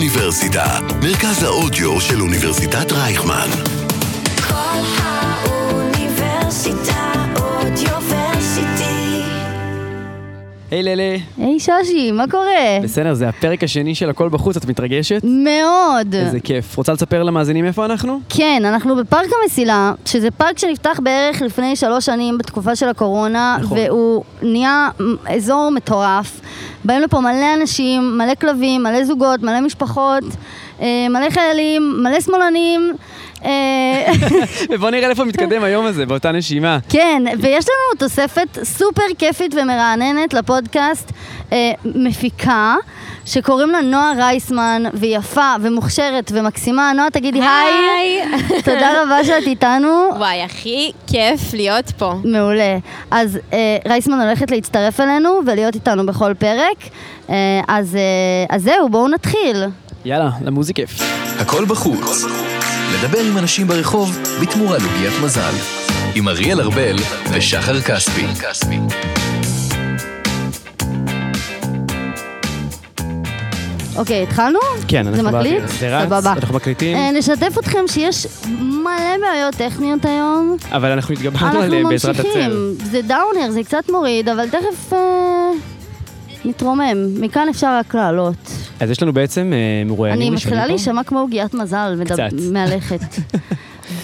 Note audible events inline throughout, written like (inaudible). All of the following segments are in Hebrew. האוניברסיטה, מרכז האודיו של אוניברסיטת רייכמן. כל האוניברסיטה אודיוורסיטי. היי ללה, היי שושי, מה קורה? בסדר, זה הפרק השני של הכל בחוץ, את מתרגשת? מאוד. איזה כיף. רוצה לספר למאזינים איפה (laughs) אנחנו? כן, אנחנו בפארק המסילה, שזה פארק שנפתח בערך לפני שלוש שנים בתקופה של הקורונה, נכון. והוא נהיה מ- אזור מטורף. באים לפה מלא אנשים, מלא כלבים, מלא זוגות, מלא משפחות, אה, מלא חיילים, מלא שמאלנים. אה, ובוא נראה לאיפה מתקדם היום הזה, באותה נשימה. כן, ויש לנו תוספת סופר כיפית ומרעננת לפודקאסט אה, מפיקה, שקוראים לה נועה רייסמן, והיא יפה ומוכשרת ומקסימה. נועה, תגידי היי. תודה רבה שאת איתנו. וואי, הכי כיף להיות פה. מעולה. אז אה, רייסמן הולכת להצטרף אלינו ולהיות איתנו בכל פרק. אה, אז, אה, אז זהו, בואו נתחיל. יאללה, למוזיק כיף. הכל בחוץ. לדבר עם אנשים ברחוב בתמורה לעוגיית מזל. עם אריאל ארבל ושחר כספי. אוקיי, התחלנו? כן, אנחנו זה מקליט? באוויר. זה רץ, סבבה. אנחנו מקליטים, אה, נשתף אתכם שיש מלא בעיות טכניות היום. אבל אנחנו התגברנו אנחנו עליהם בעזרת הצל. ממשיכים. זה דאונר, זה קצת מוריד, אבל תכף אה, נתרומם. מכאן אפשר רק לעלות. אז יש לנו בעצם אה, מרואיינים אני ראשונים מתחילה פה. להישמע כמו עוגיית מזל, מדב- קצת. (laughs) מהלכת.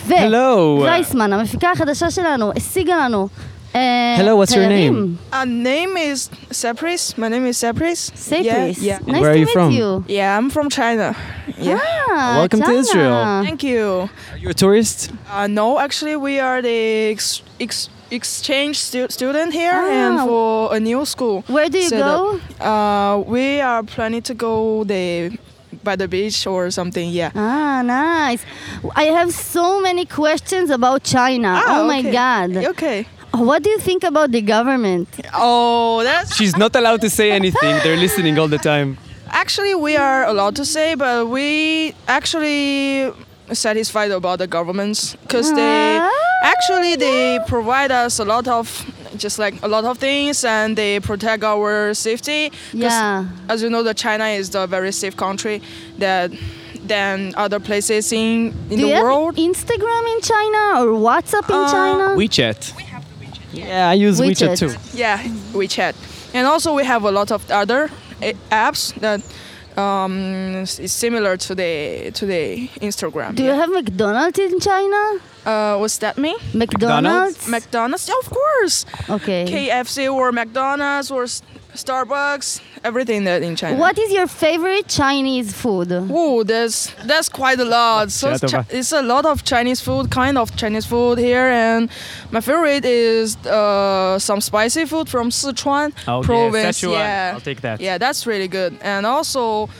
ו... Hello. רייסמן, המפיקה החדשה שלנו, השיגה לנו. אה, Hello, what's your תיירים. Uh, name is Sapris. My name is Sapris. Cyprus. Yeah, yeah. Nice Where to are you meet from? you. Yeah, I'm from China. Yeah. Ah, Welcome to China. Israel. Thank you. Are you a tourist? Uh, no, actually, we are the ex- ex- exchange stu- student here and Ah. for a new school. Where do you So go? the- uh, we are planning to go the by the beach or something. Yeah. Ah, nice. I have so many questions about China. Ah, oh my okay. God. Okay. What do you think about the government? Oh, that's She's not allowed to say anything, they're listening all the time. actually we are allowed to say, but we actually satisfied about the governments because Ah. they. Actually, they provide us a lot of just like a lot of things, and they protect our safety. 'Cause Yeah. As you know, that China is the very safe country that than other places in in do the you world. have Instagram in China or WhatsApp in Uh, China? WeChat. Yeah, I use WeChat. WeChat too. yeah, WeChat, and also we have a lot of other eh, apps that um, is similar to the to the Instagram. do you have McDonald's in China? uh, what's that mean? McDonald's? McDonald's, yeah, of course. okay. KFC or McDonald's or S- Starbucks, everything that in China. What is your favorite Chinese food? Ooh, there's that's quite a lot. Uh, So it's, Shut up. Chi- it's a lot of Chinese food, kind of Chinese food here, and my favorite is uh, some spicy food from Sichuan Oh, yeah, province. Sichuan. Yeah, I'll take that. Yeah, that's really good, and also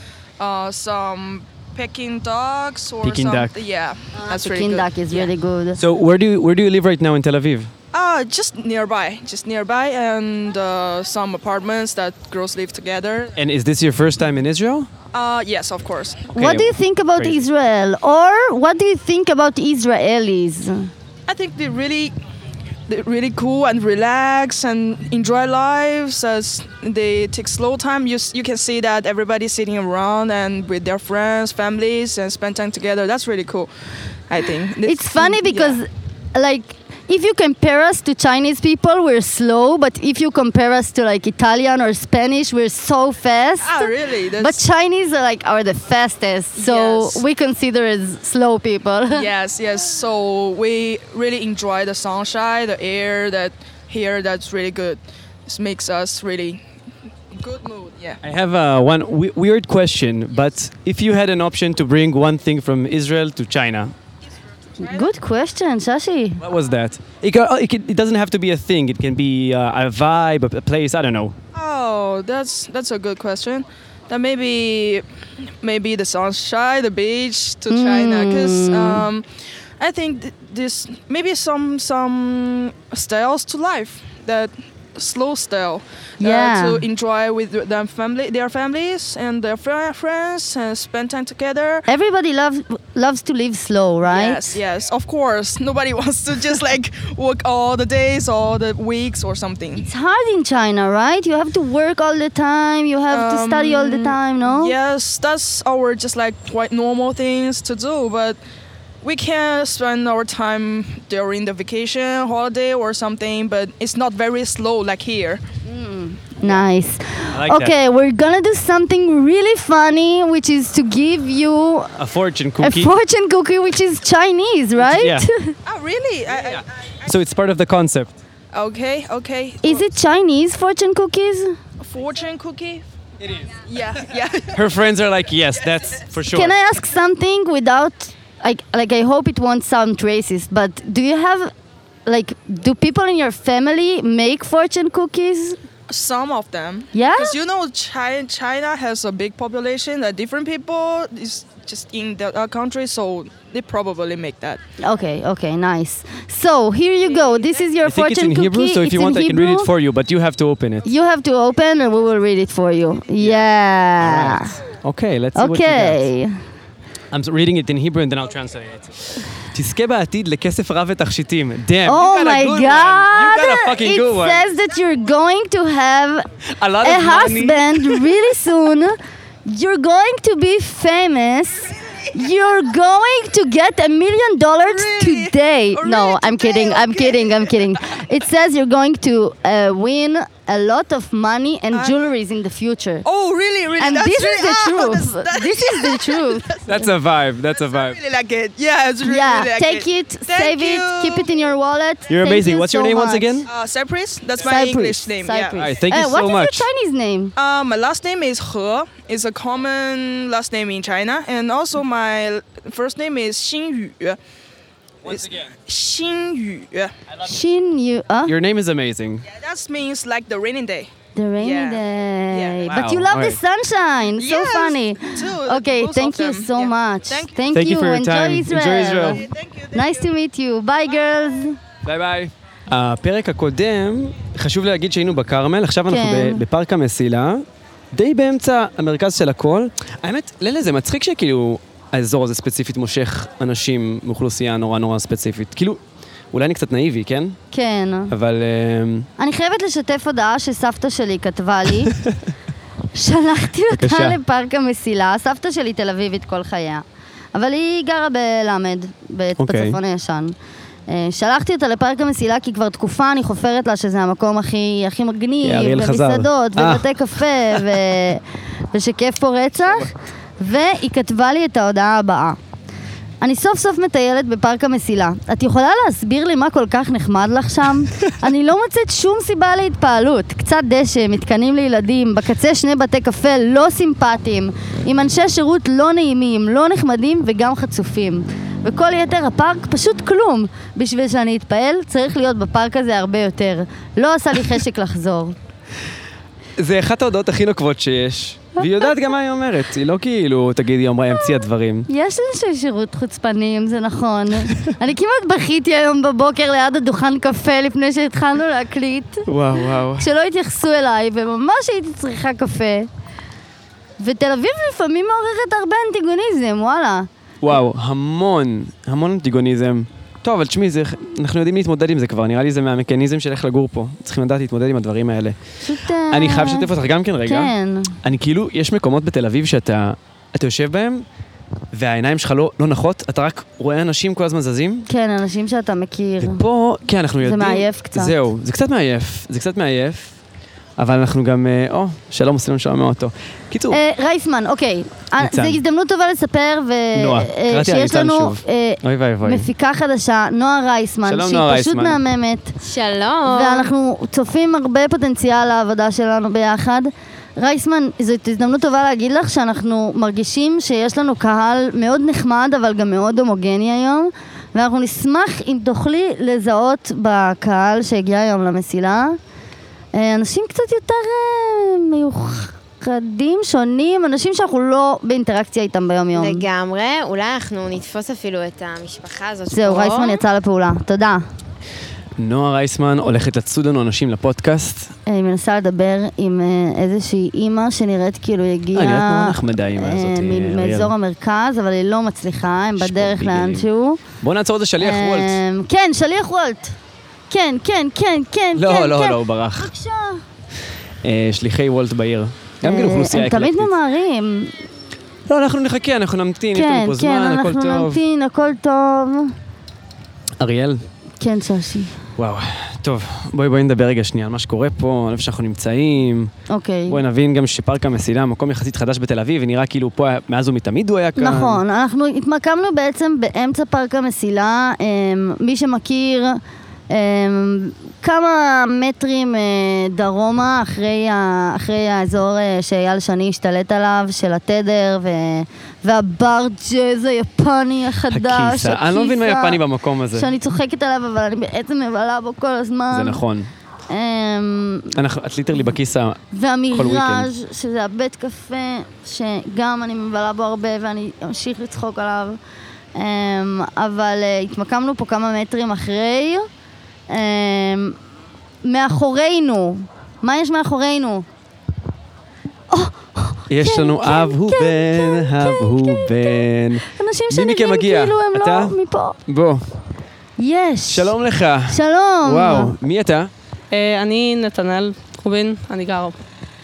uh, some Peking ducks or Peking some, duck. Yeah, that's really Ah, Peking good. duck is Yeah. really good. So where do you, where do you live right now in Tel Aviv? Uh, just nearby, just nearby, and uh, some apartments that girls live together. And is this your first time in Israel? Uh, yes, of course. what do you think about crazy. Israel? Or what do you think about Israelis? I think they really, they really cool and relax and enjoy lives as they take slow time. You s- you can see that everybody sitting around and with their friends, families, and spend time together. That's really cool. I think It's funny yeah. because, (laughs) like, if you compare us to Chinese people, we're slow, but if you compare us to like Italian or Spanish, we're so fast. Ah, really? That's, But Chinese are like are the fastest, so Yes. we consider as slow people. yes, yes. So we really enjoy the sunshine, the air that here. That's really good. This makes us really good mood. Yeah. I have uh, one we weird question, but if you had an option to bring one thing from Israel to China, (laughs) Good question, Shashi. what was that? It, ca- it, can- it doesn't have to be a thing. It can be uh, a vibe, a- a place. I don't know. Oh, that's that's a good question. That maybe maybe the sunshine, the beach to China, because Hmm. um, I think th- this maybe some some styles to life that slow style uh, Yeah. to enjoy with their family, their families and their fri friends, and spend time together. Everybody loves loves to live slow, right? Yes, yes, of course. Nobody (laughs) wants to just like work all the days, all the weeks, or something. It's hard in China, right? You have to work all the time. You have to study all the Um, time, no? Yes, that's our just like quite normal things to do, but we can spend our time during the vacation, holiday, or something, but it's not very slow like (laughs) here. Nice. like that. okay, we're gonna do something really funny, which is to give you A fortune a cookie. fortune cookie, which is Chinese, right? Yeah. Oh, really? I, I- so it's part of the concept. I, okay, okay. (laughs) is it Chinese fortune cookies? fortune cookie? It is. Yeah, yeah. (laughs) Her friends are like, yes, that's for sure. Can I ask something without, like, like I hope it won't sound racist, but do you have, like, do people in your family make fortune cookies? Some of them. Yeah? Because you know, China, China has a big population, that different people is just in the uh, country, so they probably make that. Okay, okay, nice. So here you go. This is your I think it's fortune in cookie. Hebrew, so if It's you in want, I can read Hebrew. it for you, but you have to open it. You have to open and we will read it for you. Okay, Yeah. אוקיי, let's see what you got. Okay. I'm s- reading it in Hebrew and then I'll translate it. תזכה בעתיד לכסף רב ותכשיטים. Damn, Oh you got my a good god. one. You got a fucking it good one. says that you're going to have a lot a of money. husband really soon. You're going to be famous. You're going to get a million dollars Really? today. Oh, No, really? I'm kidding. Today? I'm Okay. kidding. I'm kidding. It says you're going to uh, win a lot of money and jewelries in the future. Oh, really? Really? and that's this really, is (laughs) the ah, truth. that's- that- this is the truth. That's a vibe. That's a vibe. really like it. Yeah, it's really, yeah, really like take it, Thank save you. it, keep it in your wallet. You're Thank amazing. you What's your so name once much. again? Uh, Cypress? That's my Cyprus. English name. Cyprus. Yeah. Alright, thank you Uh, so What much. is your Chinese name? Uh, my last name is He. It's a common last name in China. And also my first name is Xinyu. Once again. Xinyu. Yeah, Shin Yu. Huh? Your name is amazing. that means like the raining day. The rainy Yeah. day. Yeah. But you Wow. love the Alright. sunshine. So Yes, funny. too. Okay, Both of thank you them. so Yeah. much. Thank you. Thank Thank you for your Enjoy time. Enjoy Israel. Israel. Okay, Thank you. Thank Nice to meet you. Bye, girls. ביי ביי. הפרק הקודם, חשוב להגיד שהיינו בכרמל, עכשיו אנחנו כן. ב- בפארק המסילה, די באמצע המרכז של הכל. האמת, ללה, זה מצחיק שכאילו האזור הזה ספציפית מושך אנשים מאוכלוסייה נורא נורא ספציפית. כאילו, אולי אני קצת נאיבי, כן? כן. אבל... אמ, אני חייבת לשתף הודעה שסבתא שלי כתבה (laughs) לי. שלחתי בבקשה. אותה לפארק המסילה, סבתא שלי תל אביבית כל חייה, אבל היא גרה בלמד, בצ- אוקיי. בצפון הישן. אה, שלחתי אותה לפארק המסילה כי כבר תקופה אני חופרת לה שזה המקום הכי, הכי מגניב, כי אריאל חזר. ומסעדות, אה. ובתי קפה, ו... (laughs) ושכיף פה רצח, והיא כתבה לי את ההודעה הבאה. אני סוף סוף מטיילת בפארק המסילה. את יכולה להסביר לי מה כל כך נחמד לך שם? אני לא מוצאת שום סיבה להתפעלות. קצת דשא, מתקנים לילדים, בקצה שני בתי קפה לא סימפטיים, עם אנשי שירות לא נעימים, לא נחמדים וגם חצופים. וכל יתר הפארק פשוט כלום. בשביל שאני אתפעל, צריך להיות בפארק הזה הרבה יותר. לא עשה לי חשק לחזור. זה אחת ההודעות הכי נוקבות שיש, והיא יודעת גם מה היא אומרת, היא לא כאילו, תגיד, היא אמרה, היא המציאה דברים. יש אנשי שירות חוצפנים, זה נכון. (laughs) אני כמעט בכיתי היום בבוקר ליד הדוכן קפה לפני שהתחלנו להקליט. וואו, וואו. שלא התייחסו אליי, וממש הייתי צריכה קפה. ותל אביב לפעמים מעוררת הרבה אנטיגוניזם, וואלה. וואו, המון, המון אנטיגוניזם. טוב, אבל תשמעי, זה- אנחנו יודעים להתמודד עם זה כבר, נראה לי זה מהמכניזם של איך לגור פה. צריכים לדעת להתמודד עם הדברים האלה. פשוט... אה, אני חייב לשתף אותך גם כן רגע. כן. אני כאילו, יש מקומות בתל אביב שאתה אתה יושב בהם, והעיניים שלך לא לא נחות, אתה רק רואה אנשים כל הזמן זזים, כן, אנשים שאתה מכיר. ופה, כן, אנחנו זה יודעים... מעייף קצת. זהו, זה קצת מעייף, זה קצת מעייף, אבל אנחנו גם... אה, או, שלום, עשינו שלום מהאוטו. קיצור, אה, רייסמן, אוקיי. אה, ניצן. זו הזדמנות טובה לספר, ו... נועה, אה, קראתי על שיש ניצן לנו שוב. אה, אוי ואי ואי. מפיקה חדשה, נועה רייסמן, שלום, שהיא נועה פשוט רייסמן. מהממת. שלום. ואנחנו צופים הרבה פוטנציאל לעבודה שלנו ביחד. רייסמן, זאת הזדמנות טובה להגיד לך שאנחנו מרגישים שיש לנו קהל מאוד נחמד, אבל גם מאוד הומוגני היום, ואנחנו נשמח אם תוכלי לזהות בקהל שהגיע היום למסילה. אה, אנשים קצת יותר אה, מיוחדים, שונים, אנשים שאנחנו לא באינטראקציה איתם ביום-יום. לגמרי, אולי אנחנו נתפוס אפילו את המשפחה הזאת. זהו, פה. רייסמן יצא לפעולה. תודה. נועה רייסמן הולכת לצוד לנו אנשים לפודקאסט. אני אה, מנסה לדבר עם אה, איזושהי אימא שנראית כאילו היא אה, הגיעה... היא נראית נורא נחמדה, האמא אה, הזאת, מ- אה, אריאל. מאזור המרכז, אבל היא לא מצליחה, הם יש פה בדרך ביגלים. לאנשהו. בוא נעצור את זה שליח אה, וולט. כן, שליח וולט. כן, כן, כן, כן, לא, כן. לא, כן. לא, הוא ברח. בבקשה. אה, שליחי וולט בעיר. גם כן אה, אוכלוסייה הם אקלקטית. תמיד ממהרים. לא, אנחנו נחכה, אנחנו נמתין, יש כן, לנו פה כן, זמן, הכל אנחנו טוב. נמתין, הכל טוב. אריאל, כן, ששי. וואו, טוב, בואי בואי נדבר רגע שנייה על מה שקורה פה, על איפה שאנחנו נמצאים. אוקיי. בואי נבין גם שפארק המסילה, מקום יחסית חדש בתל אביב, ונראה כאילו פה, היה- מאז ומתמיד הוא היה כאן. נכון, אנחנו התמקמנו בעצם באמצע פארק המסילה. אמ, מי שמכיר, אמ, כמה מטרים אה, דרומה אחרי, ה, אחרי האזור אה, שאייל שני השתלט עליו, של התדר ו, והבר ג'אז היפני החדש. הכיסה. אני לא מבין מה הכיסה, יפני במקום הזה. שאני צוחקת עליו, אבל אני בעצם מבלה בו כל הזמן. זה נכון. אמ, אנחנו- את ליטרלי בכיס ה... כל והמיראז', כן, weekend. שזה הבית קפה, שגם אני מבלה בו הרבה ואני אמשיך לצחוק עליו. אמ, אבל אה, התמקמנו פה כמה מטרים אחרי. אמ, מאחורינו. מה יש מאחורינו? יש לנו כן, אב הוא כן, בן, כן, אב כן, הוא כן, בן. אנשים מי מכם שנראים מגיע? כאילו הם אתה? לא מפה. בוא, יש. שלום לך. שלום. וואו, מי אתה? אה, אני נתנאל חובין, אני גר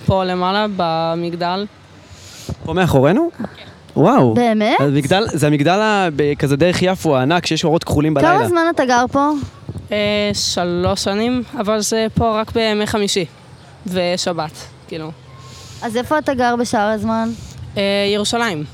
פה למעלה במגדל. פה מאחורינו? וואו. באמת? אז מגדל, זה המגדל ה- ב- כזה דרך יפו הענק שיש אורות כחולים בלילה. כמה זמן אתה גר פה? אה, שלוש שנים, אבל זה פה רק בימי חמישי ושבת, כאילו. אז איפה אתה גר בשאר הזמן? אה, ירושלים.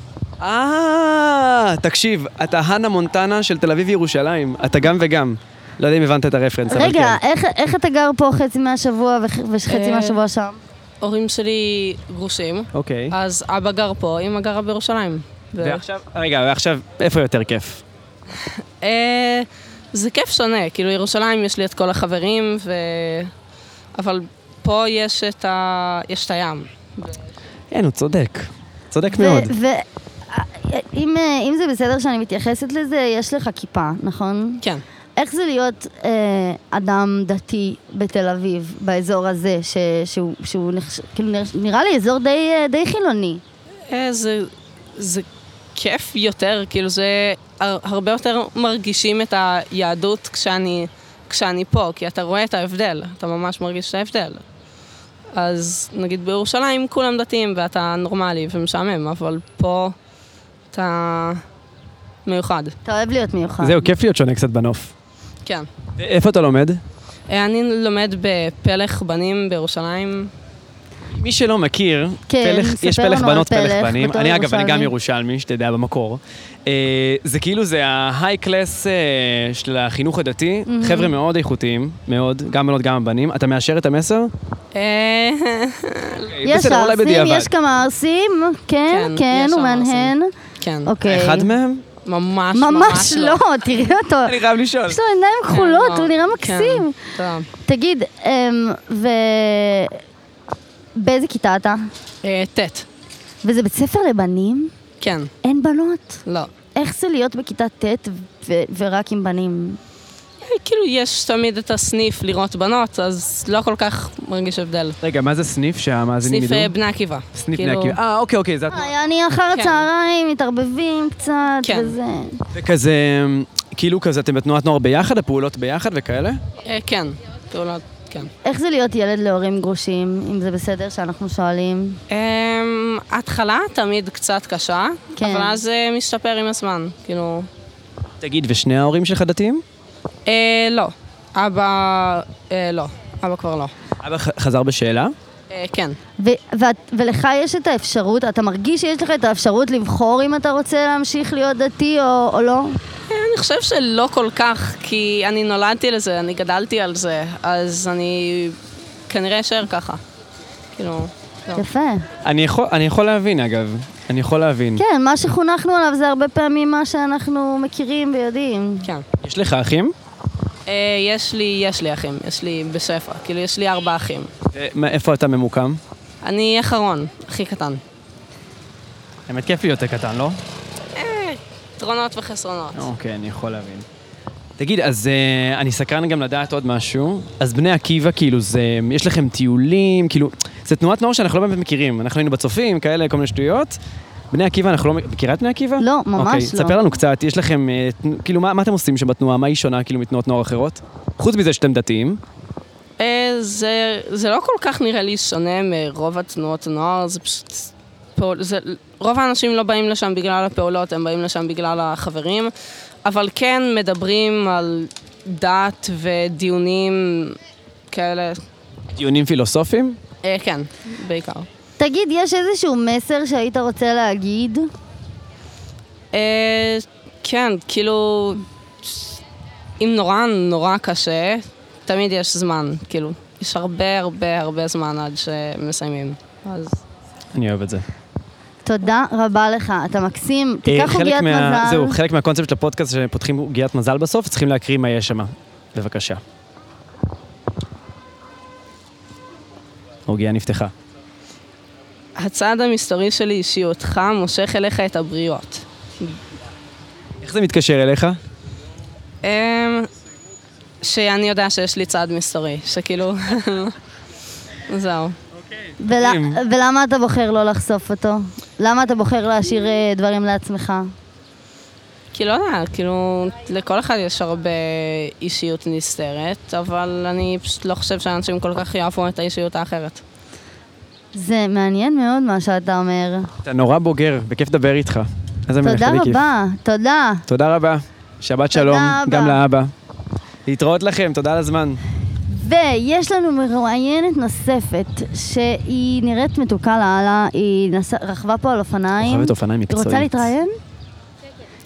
אה, תקשיב, אתה הנה מונטנה של תל אביב ירושלים. אתה גם וגם. לא יודע אם הבנת את הרפרנס, אבל רגע, כן. איך, איך אתה גר פה חצי מהשבוע וח- וחצי אה, מהשבוע שם? הורים שלי גרושים, אוקיי. אז אבא גר פה, אמא גרה בירושלים. ו- ועכשיו, רגע, ועכשיו, איפה יותר כיף? אה, זה כיף שונה, כאילו ירושלים יש לי את כל החברים, ו... אבל פה יש את, ה... יש את הים. כן, הוא צודק. צודק ו- מאוד. ו- אם, אה, אם זה בסדר שאני מתייחסת לזה, יש לך כיפה, נכון? כן. איך זה להיות אה, אדם דתי בתל אביב, באזור הזה, ש- שהוא, שהוא נחש- כאילו, נראה- נראה לי אזור די, אה, די חילוני. אה, זה, זה כיף יותר, כאילו זה הר- הרבה יותר מרגישים את היהדות כשאני, כשאני פה, כי אתה רואה את ההבדל, אתה ממש מרגיש את ההבדל. אז נגיד בירושלים כולם דתיים ואתה נורמלי ומשעמם, אבל פה אתה מיוחד, אתה אוהב להיות מיוחד. זהו, כיף להיות שונה קצת בנוף. כן. איפה אתה לומד? אה, אני לומד בפלך בנים בירושלים. מי שלא מכיר, כן, פלך, ספר יש פלך לנו על בנות, פלך, פלך, בנים. בתור אני אגב, אני גם ירושלמי. ירושלמי, שתדע במקור. אה, זה כאילו, זה ההיי קלאס אה, של החינוך הדתי. חבר'ה מאוד איכותיים, מאוד, גם בנות, גם הבנים. אתה מאשר את המסר? אה, יש בסדר, אולי ערסים, בדיעבד. יש כמה ערסים, כן, כן, כן, יש הוא שם ערסים. מהנהן. כן, אוקיי. אחד מהם? ממש לא. ממש לא, תראי אותו. אני חייב לשאול. יש לו עיניים כחולות, הוא נראה מקסים. כן, תודה. תגיד, אמ, ו... באיזה כיתה אתה? אה, ט', וזה בית ספר לבנים? כן, אין בנות? לא. איך זה להיות בכיתה ט' ו- ורק עם בנים? כאילו יש תמיד את הסניף לראות בנות, אז לא כל כך מרגיש הבדל. רגע, מה זה סניף שהמאזינים סניף ידעו? אה, בני עקיבא. סניף בני כאילו, עקיבא. אה, אוקיי, אוקיי, זה... התנועה. היה אני אחר כן. הצהריים, מתערבבים קצת כן. וזה. זה כזה, כאילו כזה, אתם בתנועת נוער ביחד, הפעולות ביחד וכאלה? אה, כן, פעולות, כן. איך זה להיות ילד להורים גרושים, אם זה בסדר שאנחנו שואלים? אמ, ההתחלה תמיד קצת קשה, כן. אבל אז זה משתפר עם הזמן, כאילו... תגיד, ושני ההורים שלך דתיים? אה, לא. אבא, אה, לא. אבא כבר לא. אבא ח- חזר בשאלה? אה, כן. ו- ואת- ולך יש את האפשרות, אתה מרגיש שיש לך את האפשרות לבחור אם אתה רוצה להמשיך להיות דתי או, או לא? אה, אני חושב שלא כל כך, כי אני נולדתי לזה, אני גדלתי על זה, אז אני כנראה אשאר ככה. כאילו... לא. יפה. אני יכול, אני יכול להבין, אגב. אני יכול להבין. כן, מה שחונכנו עליו זה הרבה פעמים מה שאנחנו מכירים ויודעים. כן. יש לך אחים? אה, יש לי, יש לי אחים, יש לי בשפע, כאילו יש לי ארבע אחים. אה, מה- איפה אתה ממוקם? אני אחרון, הכי קטן. האמת כיף להיות קטן, לא? יתרונות וחסרונות. אוקיי, אני יכול להבין. תגיד, אז אה, אני סקרן גם לדעת עוד משהו. אז בני עקיבא, כאילו, זה, יש לכם טיולים, כאילו, זה תנועת נוער שאנחנו לא באמת מכירים. אנחנו היינו בצופים, כאלה, כל מיני שטויות. בני עקיבא, אנחנו לא... מכירה את בני עקיבא? לא, ממש אוקיי, לא. ספר לנו קצת, יש לכם, אה, תנ- כאילו, מה, מה אתם עושים שם בתנועה? מה היא שונה, כאילו, מתנועות נוער אחרות? חוץ מזה שאתם דתיים. אה, זה, זה לא כל כך נראה לי שונה מרוב התנועות הנוער, זה פשוט... פעול, זה, רוב האנשים לא באים לשם בגלל הפעולות, הם באים לשם בגלל החברים, אבל כן מדברים על דת ודיונים כאלה. דיונים פילוסופיים? אה, כן, בעיקר. תגיד, יש איזשהו מסר שהיית רוצה להגיד? אה, כן, כאילו, אם נורא נורא קשה, תמיד יש זמן, כאילו, יש הרבה הרבה הרבה זמן עד שמסיימים, אז... אני אוהב את זה. תודה רבה לך, אתה מקסים. אה, תיקח חלק עוגיית מה- מזל. זהו, חלק מהקונספט של הפודקאסט שפותחים עוגיית מזל בסוף, צריכים להקריא מה יש שם. בבקשה. עוגיה נפתחה. הצעד המסתורי של אישיותך מושך אליך את הבריות. איך זה מתקשר אליך? אמ, שאני יודע שיש לי צעד מסתורי, שכאילו... (laughs) זהו. ול... ולמה אתה בוחר לא לחשוף אותו? למה אתה בוחר להשאיר אה, דברים לעצמך? כי לא יודע, כאילו, לכל אחד יש הרבה אישיות נסתרת, אבל אני פשוט לא חושב שאנשים כל כך יאהבו את האישיות האחרת. זה מעניין מאוד מה שאתה אומר. אתה נורא בוגר, בכיף לדבר איתך. איזה מלך תודה לי כיף. רבה, תודה. תודה רבה. שבת שלום, רבה. גם לאבא. להתראות לכם, תודה על הזמן. ויש לנו מרואיינת נוספת, שהיא נראית מתוקה לאללה, היא נס... רכבה פה על אופניים. רוכבת אופניים היא מקצועית. רוצה להתראיין?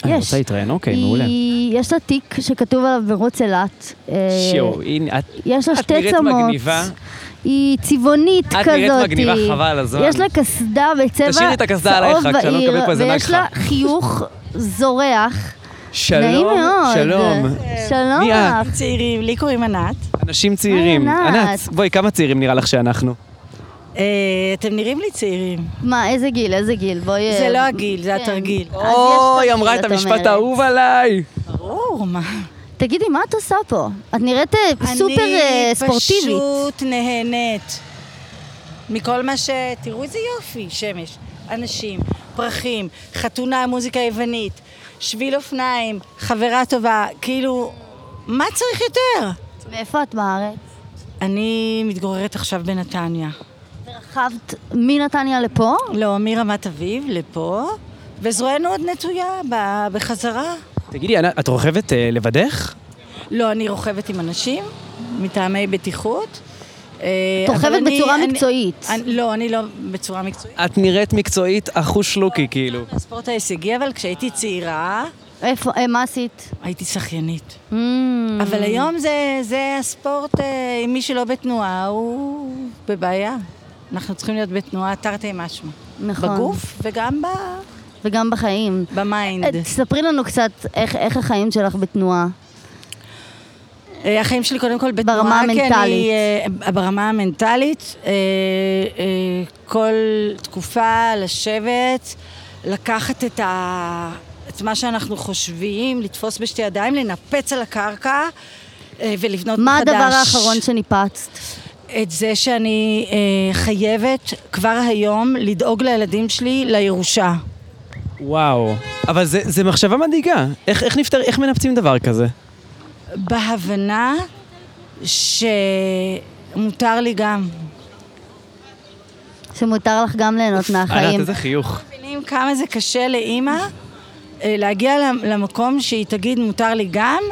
אני יש. רוצה להתראיין, אוקיי, מעולה. היא... יש לה תיק שכתוב עליו מרוץ אילת. אה, שיו, הנה, את יש לה את שתי נראית צמות. מגניבה. היא צבעונית את כזאת. נראית מגניבה, חבל הזמן. יש לה קסדה בצבע תשאירי את הקסדה צהוב עלייך, רק שלא בהיר, נקבל פה איזה ויש נגחה. לה חיוך זורח. שלום, נעים מאוד. שלום. שלום מי את? לך. צעירים, לי קוראים ענת. אנשים צעירים. היי, ענת. ענת, בואי, כמה צעירים נראה לך שאנחנו? אה, אתם נראים לי צעירים. מה, איזה גיל, איזה גיל? בואי... זה אה, לא הגיל, זה כן. התרגיל. אז יש אוי, תרגיל, אמרה את את המשפט אומרת. האהוב עליי. ברור, מה? תגידי, מה את עושה פה? את נראית אה, סופר אה, אני ספורטיבית. פשוט נהנית מכל מה ש... תראו איזה יופי, שמש, אנשים, פרחים, חתונה, מוזיקה יוונית, שביל אופניים, חברה טובה, כאילו, מה צריך יותר? מאיפה את בארץ? אני מתגוררת עכשיו בנתניה. רכבת מנתניה לפה? לא, מרמת אביב לפה, וזרוענו עוד נטויה ב- בחזרה. תגידי, ענת, את רוכבת אה, לבדך? לא, אני רוכבת עם אנשים, מטעמי בטיחות. אה, את רוכבת אבל אני- בצורה אני- מקצועית. אני- לא, אני לא בצורה מקצועית. את נראית מקצועית אחוש לוקי, כאילו. הספורט ההישגי, אבל כשהייתי צעירה, איפה, אה, מה עשית? הייתי שחיינית. Mm. אבל היום זה- זה הספורט, אה, מי שלא בתנועה הוא בבעיה. אנחנו צריכים להיות בתנועה תרתי משמע. נכון. בגוף וגם ב- וגם בחיים. במיינד. אה, תספרי לנו קצת איך, איך החיים שלך בתנועה. אה, החיים שלי קודם כל בתנועה, ברמה כי המנטלית. אני, אה, ברמה המנטלית, אה, אה, כל תקופה לשבת, לקחת את, ה, את מה שאנחנו חושבים, לתפוס בשתי ידיים, לנפץ על הקרקע אה, ולבנות מה מחדש. הדבר האחרון שניפצת? את זה שאני אה, חייבת כבר היום לדאוג לילדים שלי לירושה. וואו. אבל זה, זה מחשבה מדאיגה. איך, איך, נפטר, איך מנפצים דבר כזה? בהבנה שמותר לי גם. שמותר לך גם ליהנות ענת, מהחיים. איזה חיוך. מבינים כמה זה קשה לאימא אה, להגיע למ- למקום שהיא תגיד מותר לי גם,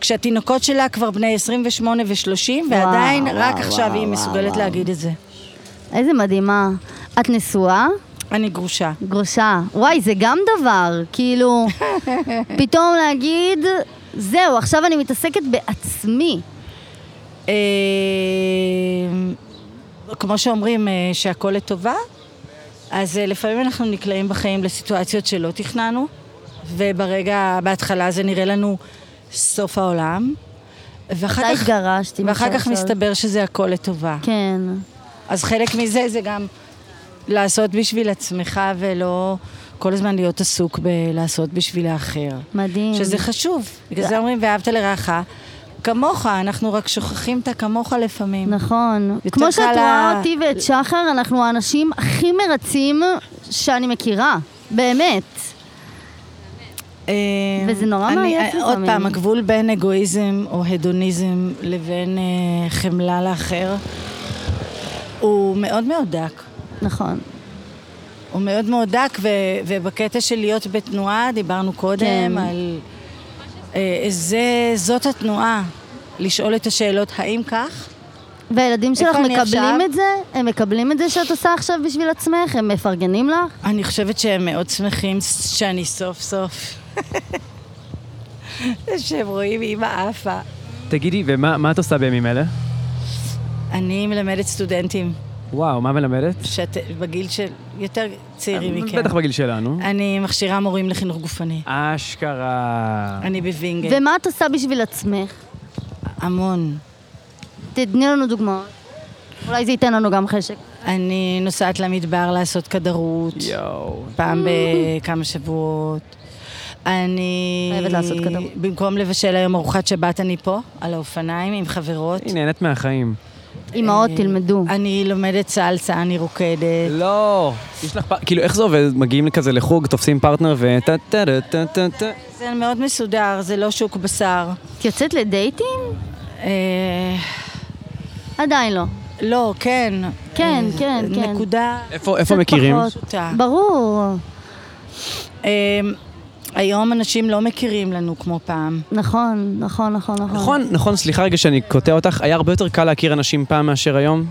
כשהתינוקות שלה כבר בני 28 ו-30, ועדיין וואו, רק וואו, עכשיו היא וואו, מסוגלת וואו. להגיד את זה. איזה מדהימה. את נשואה? אני גרושה. גרושה. וואי, זה גם דבר. (laughs) כאילו, פתאום להגיד, זהו, עכשיו אני מתעסקת בעצמי. אה, כמו שאומרים, אה, שהכול לטובה, אז אה, לפעמים אנחנו נקלעים בחיים לסיטואציות שלא תכננו, וברגע, בהתחלה זה נראה לנו סוף העולם, ואחר מתי כך, התגרשת? אם ואחר אפשר כך לשאול? מסתבר שזה הכל לטובה. כן. אז חלק מזה זה גם לעשות בשביל עצמך ולא כל הזמן להיות עסוק בלעשות בשביל האחר. מדהים. שזה חשוב. בגלל זה אומרים ואהבת לרעך. כמוך, אנחנו רק שוכחים את הכמוך לפעמים. נכון. יותר כמו שאת קל רואה לה- אותי ואת שחר, אנחנו האנשים הכי מרצים שאני מכירה. באמת. אה, וזה נורא אני- מעייף אה, עוד לפעמים. פעם, הגבול בין אגואיזם או הדוניזם לבין אה, חמלה לאחר הוא מאוד מאוד דק. נכון. הוא מאוד מאוד דק, ו- ובקטע של להיות בתנועה, דיברנו קודם כן. כן. על... אה, זה, זאת התנועה, לשאול את השאלות, האם כך? והילדים איפה שלך אני מקבלים עכשיו? את זה? הם מקבלים את זה שאת עושה עכשיו בשביל עצמך? הם מפרגנים לך? אני חושבת שהם מאוד שמחים שאני סוף סוף... שהם רואים אימא עפה. תגידי, ומה מה את עושה בימים אלה? אני מלמדת סטודנטים וואו, מה מלמדת? שאת, בגיל של יותר צעירים מכם. בטח בגיל שלנו. אני מכשירה מורים לחינוך גופני. אשכרה. אני בווינגייט. ומה את עושה בשביל עצמך? המון. תתני לנו דוגמאות. אולי זה ייתן לנו גם חשק. אני נוסעת למדבר לעשות כדרות. יואו. פעם בכמה שבועות. אני... חייבת לעשות כדור. במקום לבשל היום ארוחת שבת, אני פה, על האופניים, עם חברות. אה, היא נהנית מהחיים. אמהות, תלמדו. אני לומדת סלסה, אני רוקדת. לא. יש לך, פ- כאילו, איך זה עובד? מגיעים כזה לחוג, תופסים פרטנר ו... טה טה טה טה טה טה. זה מאוד מסודר, זה לא שוק בשר. את יוצאת לדייטים? אה, עדיין לא. לא, כן. כן, אה, כן, כן. נקודה איפה איפה קצת מכירים? פחות. פשוטה. ברור. אה, היום אנשים לא מכירים לנו כמו פעם. נכון, נכון, נכון, נכון. נכון, נכון, סליחה רגע שאני קוטע אותך, היה הרבה יותר קל להכיר אנשים פעם מאשר היום.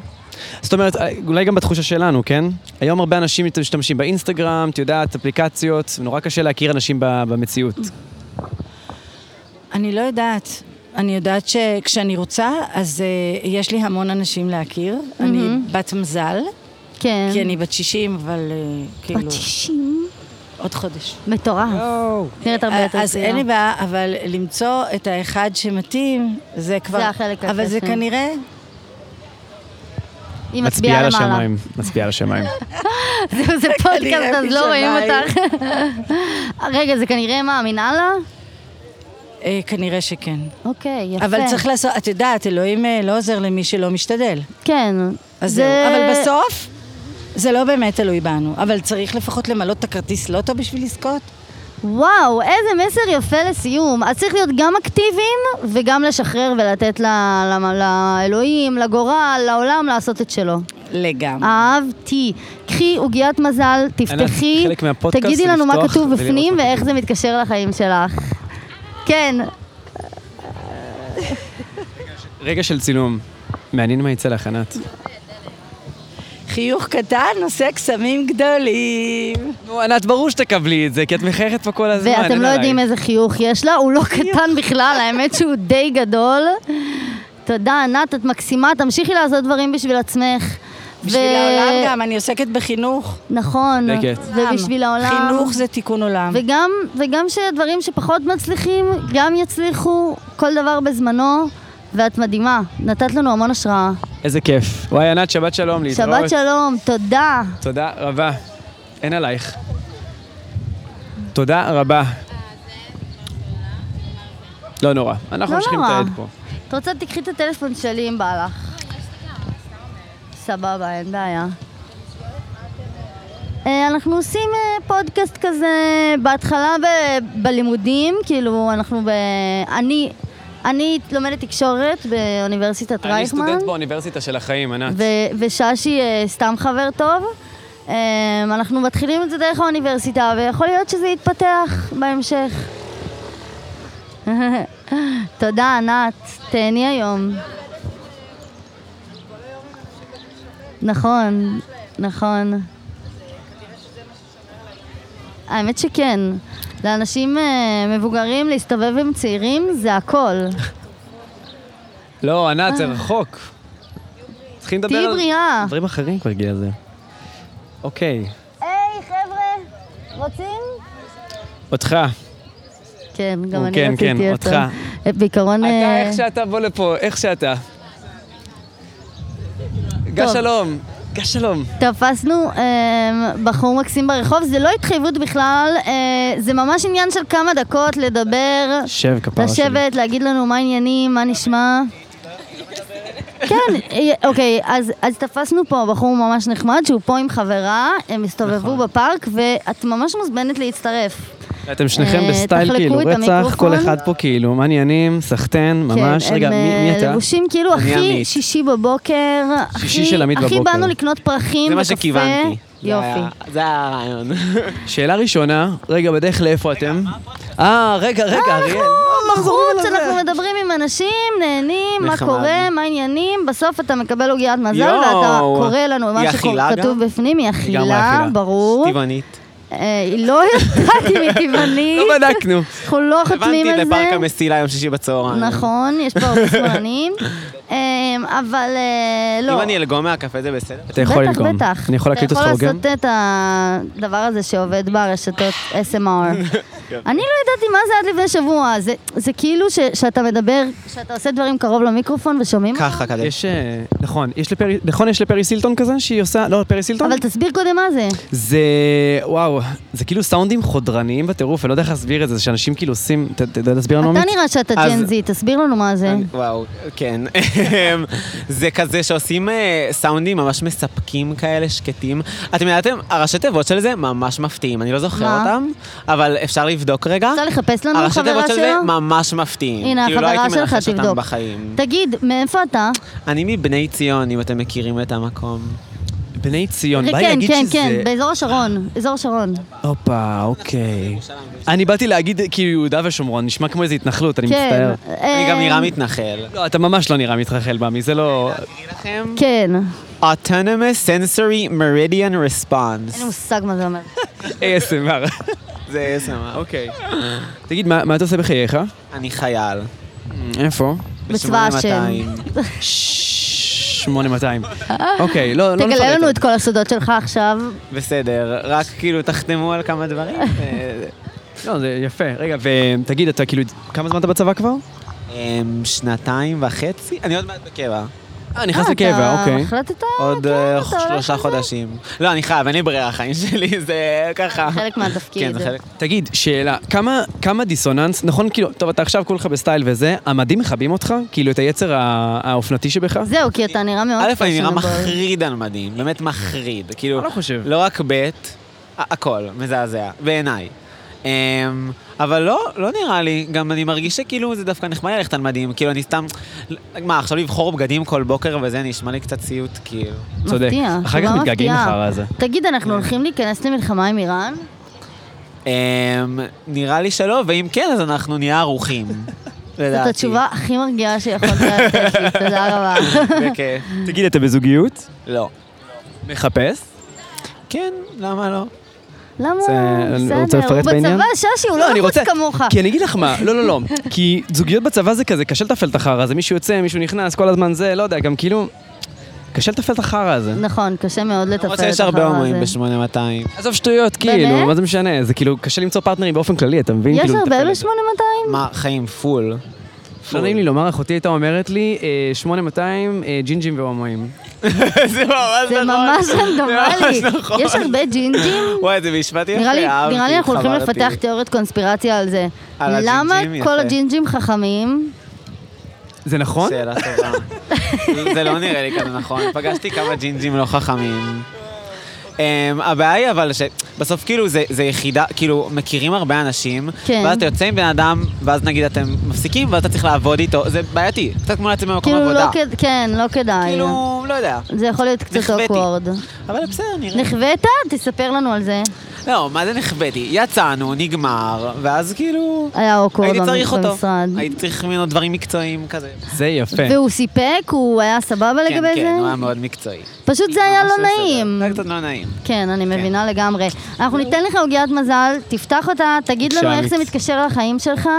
זאת אומרת, אולי גם בתחושה שלנו, כן? היום הרבה אנשים משתמשים באינסטגרם, את יודעת, אפליקציות, נורא קשה להכיר אנשים ב- במציאות. אני לא יודעת. אני יודעת שכשאני רוצה, אז אה, יש לי המון אנשים להכיר. אני בת מזל, כן. כי אני בת 60, אבל אה, כאילו, בת 60? עוד חודש. אה, מטורף. נראית הרבה יותר אז אין לי בעיה, אבל למצוא את האחד שמתאים, זה כבר... זה החלק אבל זה הקסם. כנראה... היא מצביעה מצביעה למעלה. לשמיים, מצביעה (laughs) לשמיים. זהו, (laughs) (laughs) זה פודקאסט, אז לא משמיים. רואים (laughs) אותך. (laughs) רגע, זה כנראה מה, המנהלה? אה, כנראה שכן. אוקיי, יפה. אבל צריך לעשות, את יודעת, אלוהים אה, לא עוזר למי שלא משתדל. כן. אז זה- זהו. אבל בסוף, זה לא באמת תלוי בנו. אבל צריך לפחות למלות את הכרטיס לוטו בשביל לזכות. וואו, איזה מסר יפה לסיום. אז צריך להיות גם אקטיביים וגם לשחרר ולתת ל- ל- לאלוהים, לגורל, לעולם לעשות את שלו. לגמרי. אהבתי. קחי עוגיית מזל, תפתחי, חלק מהפודקאסט תגידי זה לנו מה לפתוח כתוב ולראות בפנים מה ואיך זה מתקשר לחיים שלך. כן, רגע של צילום. מעניין מה יצא לך, ענת. חיוך קטן עושה קסמים גדולים. נו, ענת, ברור שתקבלי את זה, כי את מחייכת פה כל הזמן. ואתם אין לא עלייך. יודעים איזה חיוך יש לה, הוא לא קטן בכלל, האמת שהוא די גדול. תודה, ענת, את מקסימה, תמשיכי לעשות דברים בשביל עצמך. בשביל ו- העולם גם, אני עוסקת בחינוך. נכון, צודקת. ובשביל העולם. חינוך זה תיקון עולם. וגם, וגם שדברים שפחות מצליחים, גם יצליחו, כל דבר בזמנו, ואת מדהימה. נתת לנו המון השראה. איזה כיף. וואי, ענת, שבת שלום, להתראות. שבת שלום, תודה. תודה רבה. אין עלייך. תודה רבה. לא נורא, אנחנו לא ממשיכים את נורא. העד פה. את רוצה, תקחי את הטלפון שלי אם בא לך. סבבה, אין בעיה. אה, אנחנו עושים אה, פודקאסט כזה, בהתחלה ב- בלימודים, כאילו, אנחנו ב... אני, אני לומדת תקשורת באוניברסיטת אני רייכמן. סטודנט באוניברסיטה של החיים, ענת. ו- וששי אה, סתם חבר טוב. אה, אנחנו מתחילים את זה דרך האוניברסיטה, ויכול להיות שזה יתפתח בהמשך. (laughs) תודה, ענת. תהני היום. נכון, נכון. האמת שכן. לאנשים אה, מבוגרים להסתובב עם צעירים זה הכל. לא, ענת, זה רחוק. צריכים לדבר אה. תהיי על בריאה. דברים אחרים כבר גיל הזה. אוקיי, היי, חבר'ה, רוצים? אותך. כן, גם הוא אני כן, רציתי כן, אותו. אותך. בעיקרון... אתה, אה, איך שאתה, בוא לפה, איך שאתה. גש טוב. שלום. גש שלום. תפסנו אה, בחור מקסים ברחוב, זה לא התחייבות בכלל, אה, זה ממש עניין של כמה דקות לדבר, שב כפרה שלי. לשבת, להגיד לנו מה העניינים, מה נשמע. כן, אה, אוקיי, אז, אז תפסנו פה בחור ממש נחמד, שהוא פה עם חברה, הם נכון. הסתובבו בפארק, ואת ממש מוזמנת להצטרף. אתם שניכם אה, בסטייל תחלקו כאילו את רצח, כל המיקרופון. אחד פה כאילו, מה עניינים, סחטיין, ממש. כן, רגע, הם מי מי אה, אתה? לבושים כאילו אני הכי עמית. שישי בבוקר, שישי הכי- של עמית הכי בבוקר. באנו לקנות פרחים זה מה וקפה. שכיוונתי. זה יופי. היה- זה היה הרעיון. (laughs) שאלה ראשונה, רגע, בדרך לאיפה אתם? אה, רגע, רגע, אריאל. נכון. לא, בחוץ, אנחנו מדברים עם אנשים, נהנים, מה נחמד. קורה, מה העניינים, בסוף אתה מקבל עוגיית מזל, יואו. ואתה קורא לנו היא מה אכילה שכתוב גם? בפנים, היא אכילה, אכילה. ברור. טבעונית. אה, היא לא יודעת אם היא (laughs) טבעונית, לא בדקנו. אנחנו לא חותמים הבנתי על לפארק זה. המסילה יום שישי בצהריים. נכון, יש פה (laughs) הרבה שמאלנים, אה, אבל אה, לא. אם אני אלגום מהקפה זה בסדר? אתה יכול בטח, לנגום. בטח. אני יכול להקליט אותך אתה יכול הוגן? לעשות אה, את הדבר הזה שעובד ברשתות SMR. (laughs) כן. אני לא ידעתי מה זה עד לפני שבוע. זה- זה כאילו ש- שאתה מדבר, שאתה עושה דברים קרוב למיקרופון ושומעים. ככה כזה. יש, אה, נכון, יש לפרי, נכון, יש לפרי סילטון כזה שהיא עושה, לא, פרי סילטון? אבל תסביר קודם מה זה. זה, וואו, זה כאילו סאונדים חודרניים בטירוף, אני לא יודע איך להסביר את זה, זה שאנשים כאילו עושים, ת- אתה יודע להסביר לנו? אתה עמית? נראה שאתה אז- ג'ן זי, תסביר לנו מה זה. וואו, כן. אמ, זה כזה שעושים אה, סאונדים ממש מספקים כאלה, שקטים. אתם ידעתם, הראשי תיבות של זה ממש מפתיעים, אני לא זוכר מה? אותם, אבל אפשר לבדוק רגע. רוצה לחפש לנו הראשי חברה תיבות של זה שלו? ממש מפתיעים. הנה, כאילו לא החברה הייתי שלך, מנחש אותם תבדוק. בחיים. תגיד, מאיפה אתה? אני מבני ציון, אם אתם מכירים את המקום. בני ציון, באי כן, להגיד כן, שזה... כן, באזור השרון, אזור השרון. הופה, אוקיי. אני באתי להגיד כאילו יהודה ושומרון, נשמע כמו איזו התנחלות, אני כן. מצטער. אני גם אה, נראה מתנחל. לא, אתה ממש לא נראה מתרחל במי, זה לא... אקריא לכם. כן, Autonomous Sensory Meridian Response. אין לי מושג מה זה אומר. (laughs) ASMR. זה ASMR. אוקיי. תגיד, מה מה אתה עושה בחייך? אני חייל. איפה? בצבא השם. (laughs) 8200. 8200. אוקיי, לא, לא אה. תגלה לנו את עוד. כל הסודות שלך עכשיו. בסדר, רק כאילו תחתמו על כמה דברים. אה, לא, זה יפה. רגע, ותגיד, אתה כאילו, כמה זמן אתה בצבא כבר? אמ, שנתיים וחצי? אני עוד מעט בקבע. אה, נכנס אה, לקבע, אתה אוקיי. החלטת? עוד אה, אתה הולך שלושה על זה? חודשים. לא, אני חייב, אין לי ברירה, החיים שלי זה ככה. חלק מהתפקיד. כן, זה חלק. תגיד, שאלה, כמה, כמה דיסוננס, נכון, כאילו, טוב, אתה עכשיו כולך בסטייל וזה, המדים מכבים אותך? כאילו, את היצר ה- האופנתי שבך? זהו, כי אתה נראה מאוד... א', אני נראה fashionable. מחריד על מדים, באמת מחריד. כאילו, אני לא חושב. לא רק ב', ה- הכל, מזעזע, בעיניי. אמ, אבל לא, לא נראה לי, גם אני מרגיש שכאילו זה דווקא נחמד ללכת על מדים, כאילו אני סתם, מה עכשיו לבחור בגדים כל בוקר וזה נשמע לי קצת סיוט, כאילו. צודק. מפתיע, אחר כך תשובה מתגעגעים מפתיעה. לחרא הזה. תגיד, אנחנו כן. הולכים להיכנס למלחמה עם איראן? אמ, נראה לי שלא, ואם כן אז אנחנו נהיה (laughs) ערוכים, לדעתי. זאת התשובה הכי מרגיעה שיכולת (laughs) לתת לי, תודה רבה. בכיף. תגיד, אתה בזוגיות? לא. מחפש? כן, למה לא? למה? רוצה- בסדר, רוצה לפרט בעניין? הוא בצבא, ששי, הוא לא, לא אני לחוץ רוצה... כמוך. כי אני אגיד לך מה, לא, לא, לא. כי זוגיות בצבא זה כזה, קשה לתפעל את החרא הזה. מישהו יוצא, מישהו נכנס, כל הזמן זה, לא יודע, גם כאילו... קשה לתפעל את החרא הזה. נכון, קשה מאוד לטפל למרות את החרא הזה. שיש הרבה הומואים ב-8200. עזוב שטויות, כאילו, באמת? מה זה משנה? זה כאילו, קשה למצוא פרטנרים באופן כללי, אתה מבין? יש כאילו, הרבה לטפל את זה. ב-8200? מה, חיים פול. לא נעים לי לומר, אחותי הייתה אומרת לי, אה, 8200 אה, ג'ינג'ים (laughs) והומואים. זה ממש זה נכון. ממש רנדומלי. ממש נכון. יש הרבה ג'ינג'ים? וואי, זה משפט יפה, נראה לי, אהבתי, נראה לי אנחנו הולכים התחברתי. לפתח תיאוריית קונספירציה על זה. על למה הג'ינג'ים? כל יפה. הג'ינג'ים חכמים? זה נכון? שאלה טובה. זה לא נראה לי כזה נכון. פגשתי כמה ג'ינג'ים לא חכמים. Um, הבעיה היא אבל שבסוף כאילו זה, זה יחידה, כאילו מכירים הרבה אנשים, כן. ואז אתה יוצא עם בן אדם, ואז נגיד אתם מפסיקים, ואז אתה צריך לעבוד איתו, זה בעייתי, קצת כמו לצאת ממקום כאילו, עבודה. לא כד- כן, לא כדאי. כאילו, לא יודע, זה יכול להיות קצת נחבאתי. אוקוורד. אבל בסדר, נראה. נחבאת? תספר לנו על זה. לא, מה זה נכבדי? יצאנו, נגמר, ואז כאילו... היה אוקוורד הייתי צריך במ- אותו. במשרד. הייתי צריך ממנו דברים מקצועיים כזה. זה יפה. והוא סיפק? הוא היה סבבה כן, לגבי כן, הוא היה זה? מאוד מקצועי. פשוט זה היה ממש לא בסדר. נעים. זה היה קצת לא נעים. כן, אני מבינה לגמרי. אנחנו ניתן לך עוגיית מזל, תפתח אותה, תגיד לנו בבקשה, איך זה אמיץ. מתקשר לחיים שלך.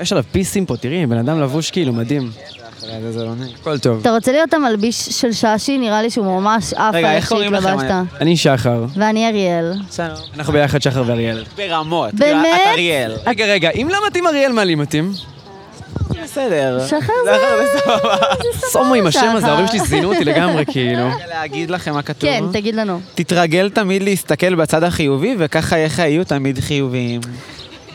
יש עליו פיסים פה, תראי, בן אדם לבוש כאילו מדהים. הכל טוב. אתה רוצה להיות המלביש של שאשי? נראה לי שהוא ממש עף על רגע, איך איך קוראים לכם? שהתלבשת. אני שחר. ואני אריאל. שלום. אנחנו ביחד, שחר ואריאל. ברמות. באמת? את אריאל. רגע, רגע, אם לא מתאים אריאל, מה לי מתאים? כאילו, אה, בסדר. שחר זה סבבה. סומו עם השם הזה, שחר. ההורים שלי זינו אותי (laughs) לגמרי, כאילו. להגיד לכם מה כתוב. כן, תגיד לנו. תתרגל תמיד להסתכל בצד החיובי, וככה חייך יהיו תמיד חיוביים.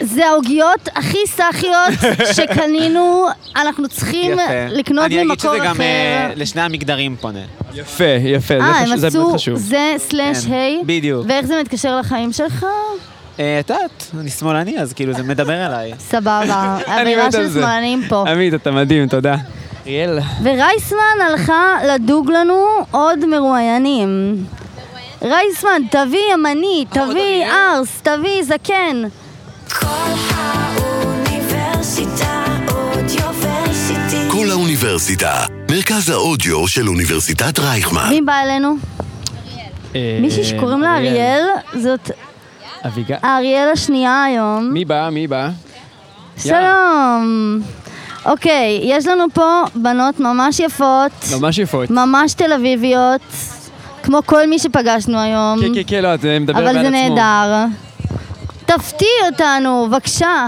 זה העוגיות הכי סאחיות שקנינו, אנחנו צריכים יפה. לקנות אני אגיד ממקור שזה גם אה, אחר. לשני המגדרים פונה. יפה, יפה, זה אה, חשוב- הם זה עשו באמת חשוב. זה סלאש כן, היי, בדיוק. ואיך זה מתקשר לחיים שלך? אה, את יודעת, אני שמאלני, אז כאילו זה מדבר (laughs) אליי. (laughs) סבבה, אני אווירה מת על של זה. שמאלנים פה. עמית, אתה מדהים, תודה. אריאל, ורייסמן הלכה לדוג לנו עוד מרואיינים. רייסמן, תביא ימני, תביא ארס, תביא זקן. כל האוניברסיטה, מרכז האודיו של אוניברסיטת רייכמן. מי בא אלינו? אה, מישהי שקוראים לה אריאל, זאת אביגל. האריאל השנייה היום. מי בא? מי בא? שלום. אוקיי, יש לנו פה בנות ממש יפות, ממש לא, יפות. ממש תל אביביות, כמו כל מי שפגשנו היום, כן, כן, כן, לא, זה מדבר בעד אבל עצמו. זה נהדר. תפתיעי אותנו, בבקשה.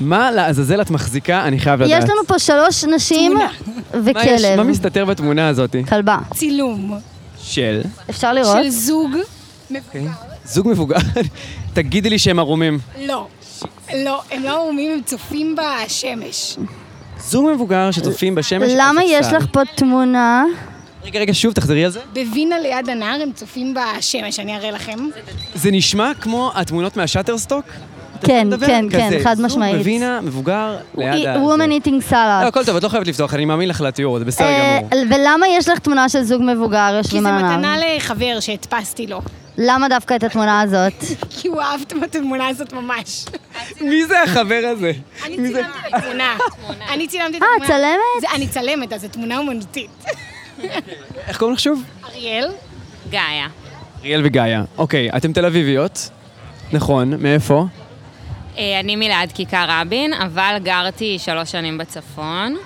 מה לעזאזל את מחזיקה? אני חייב לדעת. יש לנו פה שלוש נשים מה יש? מה וכלב. מסתתר בתמונה הזאת? כלבה. צילום של? אוקיי. אפשר לראות? של זוג. זוג מבוגר. (laughs) תגידי לי שהם ערומים. לא. לא, הם לא ערומים, הם צופים בשמש. Mm-hmm. זוג מבוגר שצופים בשמש. למה על יש ספסל. לך פה תמונה? רגע, רגע, שוב, תחזרי על זה. בווינה ליד הנהר הם צופים בשמש, אני אראה לכם. זה נשמע כמו התמונות מהשאטרסטוק? כן, מדבר כן, כזה. כן, חד זוג משמעית. בווינה, מבוגר, ליד ה... Woman eating אה, לא, salad. הכל טוב, את לא חייבת לפתוח, אני מאמין לך לתיאור, זה בסדר אה, גמור. ולמה יש לך תמונה של זוג מבוגר כי יושבים זה על הנהר? מתנה לחבר שהדפסתי לו. למה דווקא את התמונה הזאת? כי הוא אהב את התמונה הזאת ממש. מי זה החבר הזה? אני צילמתי את התמונה. אני צילמתי את אה, התמונה. צלמת? זה- אני צלמת, אז זו תמונה (laughs) אומנותית. איך קוראים לך שוב? אריאל? גאיה. אריאל וגאיה. אוקיי, אתם תל אביביות. נכון, מאיפה? אה, אני מלעד כיכר רבין, אבל גרתי שלוש שנים בצפון.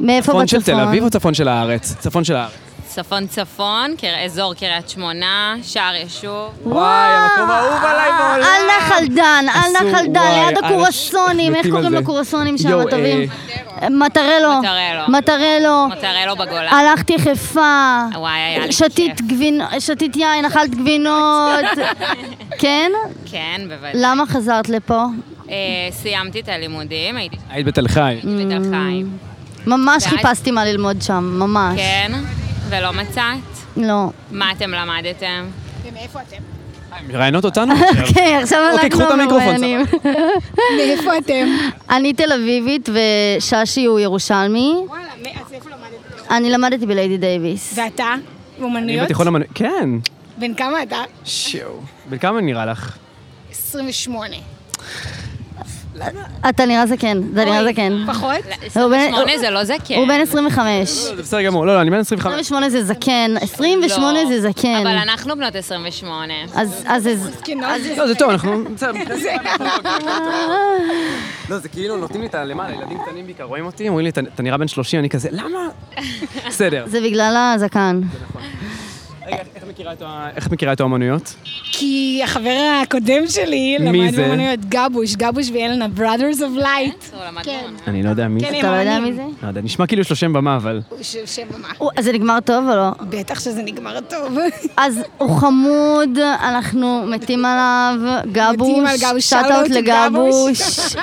מאיפה צפון בצפון? של תל אביב או צפון של הארץ? צפון של הארץ. צפון צפון, קר- אזור קריית שמונה, שער ישוב. וואי, המקום האהוב אה, עליי בעולם. על נחל דן, על אסור, נחל דן, וואי, ליד אנש- הקורסונים, איך מתים על קוראים זה. לקורסונים שם יואו, אה, הטובים? מטרלו. מטרלו. מטרלו. מוטרלו בגולה. הלכתי חיפה. וואי, היה לי שתית כיף. גבינו- שתית יין, אכלת (laughs) גבינות. כן? כן, בוודאי. למה חזרת לפה? אה, סיימתי את הלימודים, הייתי היית בתל Mm. חי. בתל חיים. ממש ואז- חיפשתי מה ללמוד שם, ממש. כן, ולא מצאת. לא. מה אתם למדתם? ומאיפה אתם? מראיינות אותנו? (laughs) אוקיי, עכשיו אוקיי, קחו אנחנו את המיקרופון, המרואיינים. מאיפה אתם? אני תל אביבית וששי הוא ירושלמי. וואלה, מא- אז איפה למדת? אני למדתי בליידי דייוויס. ואתה? אני אומנויות? בתיכון המנ... כן. בן כמה אתה? שיו. בן כמה נראה לך? 28. אתה נראה זקן, אתה נראה אוי, זקן. פחות? הוא בן- שמונה זה לא זקן. הוא בן 25. לא, זה בסדר גמור. לא, לא, אני בן 25. 28 זה זקן, לא. 28 זה זקן. אבל אנחנו בנות 28. אז אז זה... זקנות זה... לא, זה טוב, אנחנו... בסדר. לא, זה כאילו נותנים לי את הלמעלה, ילדים קטנים בעיקר רואים אותי, אומרים לי, "אתה- אתה נראה בן 30, אני כזה, למה? בסדר. זה בגלל הזקן. רגע, איך- איך את מכירה את ה- אה, איך את מכירה את האומנויות? כי החבר הקודם שלי מי למד זה? באמנויות גבוש, גבוש ואלנה, Brothers of Light. הוא למד כן. באומנות. אני לא יודע מי כן, זה. הם אתה לא יודע מי האמנים. זה? לא יודע, נשמע כאילו יש לו שם במה, אבל... הוא ש- שם במה. הוא- אז זה נגמר טוב או לא? בטח שזה נגמר אה? טוב. אז הוא חמוד, אנחנו מתים עליו, מתים על גבוש, גבוש, שאט-אאוט שאט-אאוט לגבוש.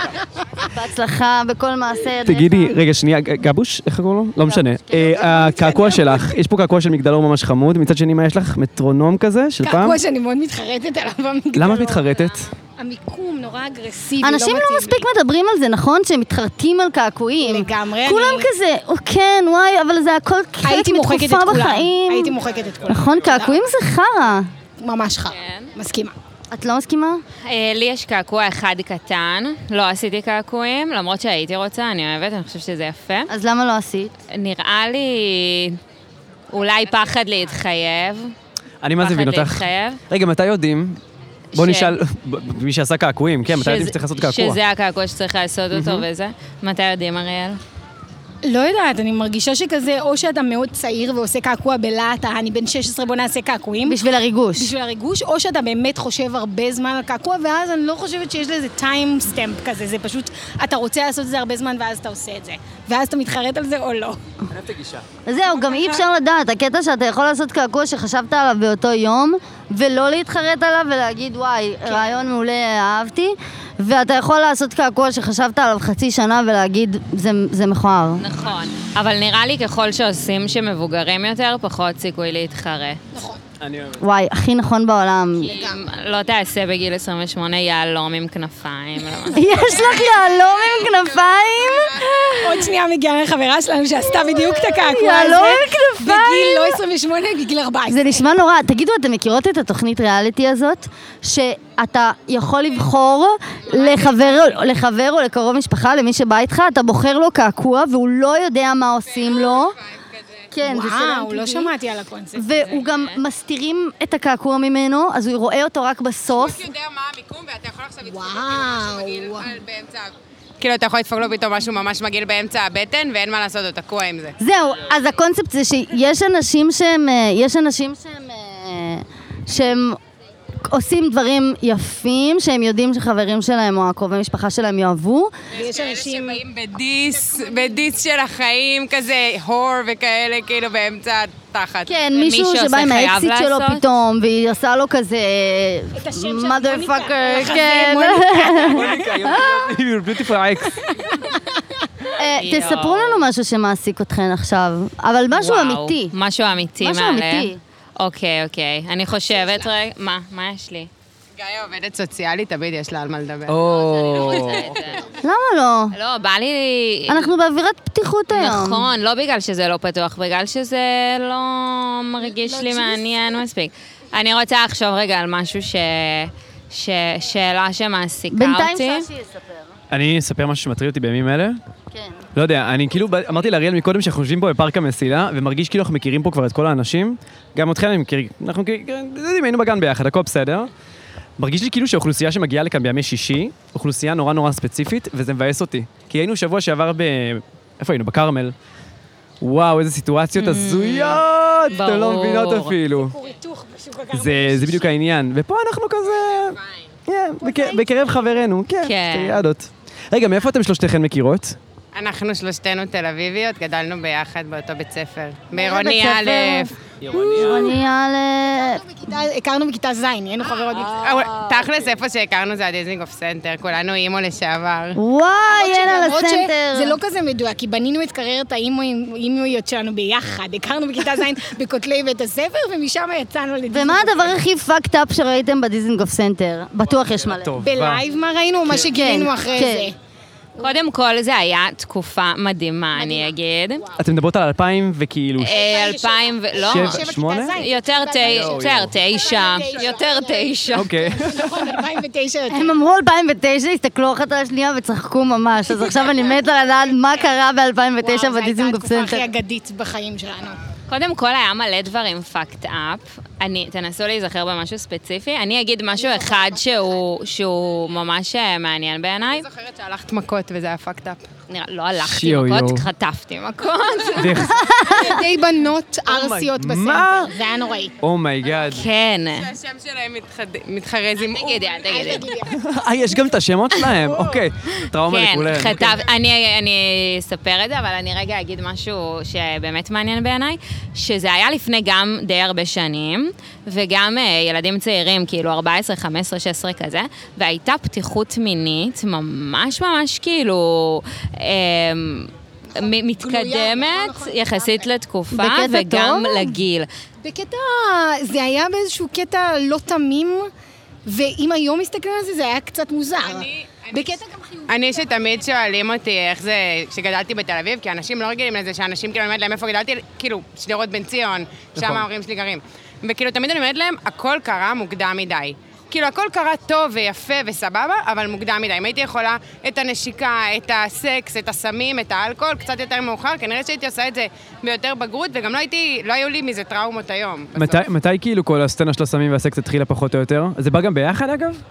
בהצלחה בכל מעשה ידיך. תגידי, לא רגע, שנייה, ג- גבוש? איך קוראים לו? לא משנה. אה, הקעקוע שלך, יש פה קעקוע של מגדלור ממש חמוד, מצד שני, מה יש לך? מטרונום כזה של פעם? קעקוע לא- שאני מאוד מתחרטת עליו במגדלור. למה את מתחרטת? המיקום נורא אגרסיבי, לא אנשים מתאים לא לי. מספיק מדברים על זה, נכון? שהם מתחרטים על קעקועים. לגמרי, כולם אני- כזה, "או, כן, וואי, אבל זה הכל חלק הייתי מוחקת את מתקופה כולם. בחיים. הייתי מוחקת את כולם. נכון, קעקועים זה חרא. ממש חר. כן. מסכימה. את לא מסכימה? אה, לי יש קעקוע אחד קטן, לא עשיתי קעקועים, למרות שהייתי רוצה, אני אוהבת, אני חושבת שזה יפה. אז למה לא עשית? נראה לי אולי פחד להתחייב. אני מה זה מבין פחד אותך? להתחייב. רגע, מתי יודעים? בוא ש- נשאל, (laughs) ב- מי שעשה קעקועים, כן, מתי שזה- יודעים שצריך לעשות קעקוע? שזה הקעקוע שצריך לעשות אותו וזה. מתי יודעים, אריאל? לא יודעת, אני מרגישה שכזה, או שאתה מאוד צעיר ועושה קעקוע בלהט, "אה, אני בן 16, בוא נעשה קעקועים. בשביל הריגוש. בשביל הריגוש, או שאתה באמת חושב הרבה זמן על קעקוע, ואז אני לא חושבת שיש לזה טיים סטמפ כזה, זה פשוט, אתה רוצה לעשות את זה הרבה זמן ואז אתה עושה את זה. ואז אתה מתחרט על זה או לא. זהו, גם אי אפשר לדעת. הקטע שאתה יכול לעשות קעקוע שחשבת עליו באותו יום, ולא להתחרט עליו ולהגיד, וואי, רעיון מעולה, אהבתי. ואתה יכול לעשות קעקוע שחשבת עליו חצי שנה ולהגיד, "זה- זה מכוער. נכון. אבל נראה לי ככל שעושים שמבוגרים יותר, פחות סיכוי להתחרט. נכון. אני אוהב. וואי, הכי נכון בעולם. לא תעשה בגיל 28 יהלום עם כנפיים. לא. יש לך יהלום עם כנפיים? עוד שנייה מגיעה לחברה שלנו שעשתה בדיוק את הקעקוע הזה. יהלום עם כנפיים? בגיל לא 28, בגיל 14. זה נשמע נורא. תגידו, אתם מכירות את התוכנית ריאליטי הזאת? שאתה יכול לבחור לחבר, לחבר או לקרוב משפחה, למי שבא איתך, אתה בוחר לו קעקוע והוא לא יודע מה עושים לו. כן, זה של וואו, לא MTV. שמעתי על הקונספט. והוא גם מסתירים את הקעקוע ממנו, אז הוא רואה אותו רק בסוף. יודע מה המיקום ואתה יכול עכשיו לדפוק לו משהו מגעיל על- באמצע... ה- כאילו, אתה יכול לדפוק לו פתאום משהו ממש מגעיל באמצע הבטן, ואין מה לעשות, הוא תקוע עם זה. זהו, אז הקונספט זה שיש אנשים שהם... אה, יש אנשים שהם... אה, שהם עושים דברים יפים, שהם יודעים שחברים שלהם או הקרובי משפחה שלהם יאהבו, יש אנשים... שבאים בדיס, בדיס של החיים, כזה הור וכאלה, כאילו, באמצע התחת. כן, מישהו שבא עם האקסיט שלו פתאום, והיא עושה לו כזה... את השם של mother אה, מוניקה, fucker, לחזה, כן. (laughs) מוניקה, You're beautiful ex. אה, תספרו לנו משהו שמעסיק אתכן עכשיו, אבל משהו וואו, אמיתי. משהו אמיתי משהו מהלב. אמיתי. אוקיי, אוקיי. אני חושבת רגע... מה? מה יש לי? גיא עובדת סוציאלית, תמיד יש לה על מה לדבר. לא, למה לא? לא, בא לי... אנחנו באווירת פתיחות היום. נכון, לא בגלל שזה לא פתוח, בגלל שזה לא מרגיש לא לי מעניין מספיק. אני רוצה לחשוב רגע על משהו ש... ש... שאלה שמעסיקה אותי. בינתיים ששי יספר. אני אספר משהו שמטריד אותי בימים אלה. כן. לא יודע, אני כאילו, בא- אמרתי לאריאל מקודם שאנחנו יושבים פה בפארק המסילה, ומרגיש כאילו אנחנו מכירים פה כבר את כל האנשים. גם אתכם אני מכיר, אנחנו כאילו, אתם יודעים, היינו בגן ביחד, הכל בסדר. מרגיש לי כאילו שהאוכלוסייה שמגיעה לכאן בימי שישי, אוכלוסייה נורא נורא ספציפית, וזה מבאס אותי. כי היינו שבוע שעבר ב... איפה היינו? בכרמל. וואו, איזה סיטואציות הזויות! אתם לא ברור. מבינות אפילו. כוריתוך בשוק הכרמל. זה זה בדיוק העניין. ופה אנחנו כזה... כן, בק- בקרב חברינו, כן, כן. סטריאדות. רגע, מאיפה אתם שלושתכן מכירות? אנחנו שלושתנו תל אביביות, גדלנו ביחד באותו בית ספר. בית בעירוני ספר? א'. עירוני א'. הכרנו בכיתה ז', היינו חברות בכיתה. אבל תכלס, איפה שהכרנו זה הדיזינגוף סנטר, כולנו אימו לשעבר. וואי, למרות אין על שלמרות הסנטר. שזה לא כזה מדויק, כי בנינו את קריירת האימויים- האימויות שלנו ביחד. הכרנו בכיתה ז' (laughs) בכותלי בית הספר, ומשם יצאנו לדיזינגוף. ומה הדבר הכי fucked up שראיתם בדיזנגוף סנטר? בטוח יש מלא. בלייב מה ראינו, או כן. מה שגילינו אחרי זה. קודם כל, זה היה תקופה מדהימה, אני אגיד. אתם מדברות על אלפיים וכאילו... אה, אלפיים ו... לא. שבע, שבע, שמונה? כיתה ז', יותר כיתה ז'. תשע, יואו, יותר תשע, יותר תשע. אוקיי. נכון, 2009 יותר. הם אמרו 2009, הסתכלו אחת על השנייה וצחקו ממש, אז עכשיו אני מתה לדעת מה קרה ב-2009 בדיזינגוף זו התקופה סנטר. הכי אגדית בחיים שלנו. קודם כל היה מלא דברים fucked up. אני, תנסו להיזכר במשהו ספציפי. אני אגיד משהו אחד שהוא, שהוא ממש אה, מעניין בעיניי. אני זוכרת שהלכת מכות וזה היה fucked up. נראה, לא הלכתי שיו, יו. מכות, חטפתי מכות. (laughs) על ידי בנות ערסיות בסנטר, זה היה נוראי. Oh אומייגאד. כן. שהשם שלהם מתחד- מתחרז עם... אל תגידי, אל תגידי. אה, יש גם את השמות (laughs) שלהם? אוקיי. טראומה כן, לכולם. חטף, אני, אני אספר את זה, אבל אני רגע אגיד משהו שבאמת מעניין בעיניי, שזה היה לפני גם די הרבה שנים, וגם אה, ילדים צעירים, כאילו 14, 15, 16 כזה, והייתה פתיחות מינית ממש ממש כאילו... אמ, נכון. כאילו, מ- מתקדמת יחסית לתקופה בקטע וגם טוב? לגיל. בקטע, זה היה באיזשהו קטע לא תמים, ואם היום מסתכלים על זה, זה היה קצת מוזר. בקטע גם חיובי. אני שתמיד שואלים אותי איך זה שגדלתי בתל אביב, כי אנשים לא רגילים לזה שאנשים כאילו, אני אומרת להם איפה גדלתי, כאילו, שדרות בן ציון, שם נכון. ההורים שלי גרים. וכאילו, תמיד אני אומרת להם, הכל קרה מוקדם מדי. כאילו, הכל קרה טוב ויפה וסבבה, אבל מוקדם מדי. אם הייתי יכולה את הנשיקה, את הסקס, את הסמים, את האלכוהול, קצת יותר מאוחר, כנראה שהייתי עושה את זה ביותר בגרות, וגם לא הייתי, לא היו לי מזה טראומות היום. אוקיי. מתי- מתי כאילו כל הסצנה של הסמים והסקס התחילה פחות או יותר? זה בא גם ביחד אגב?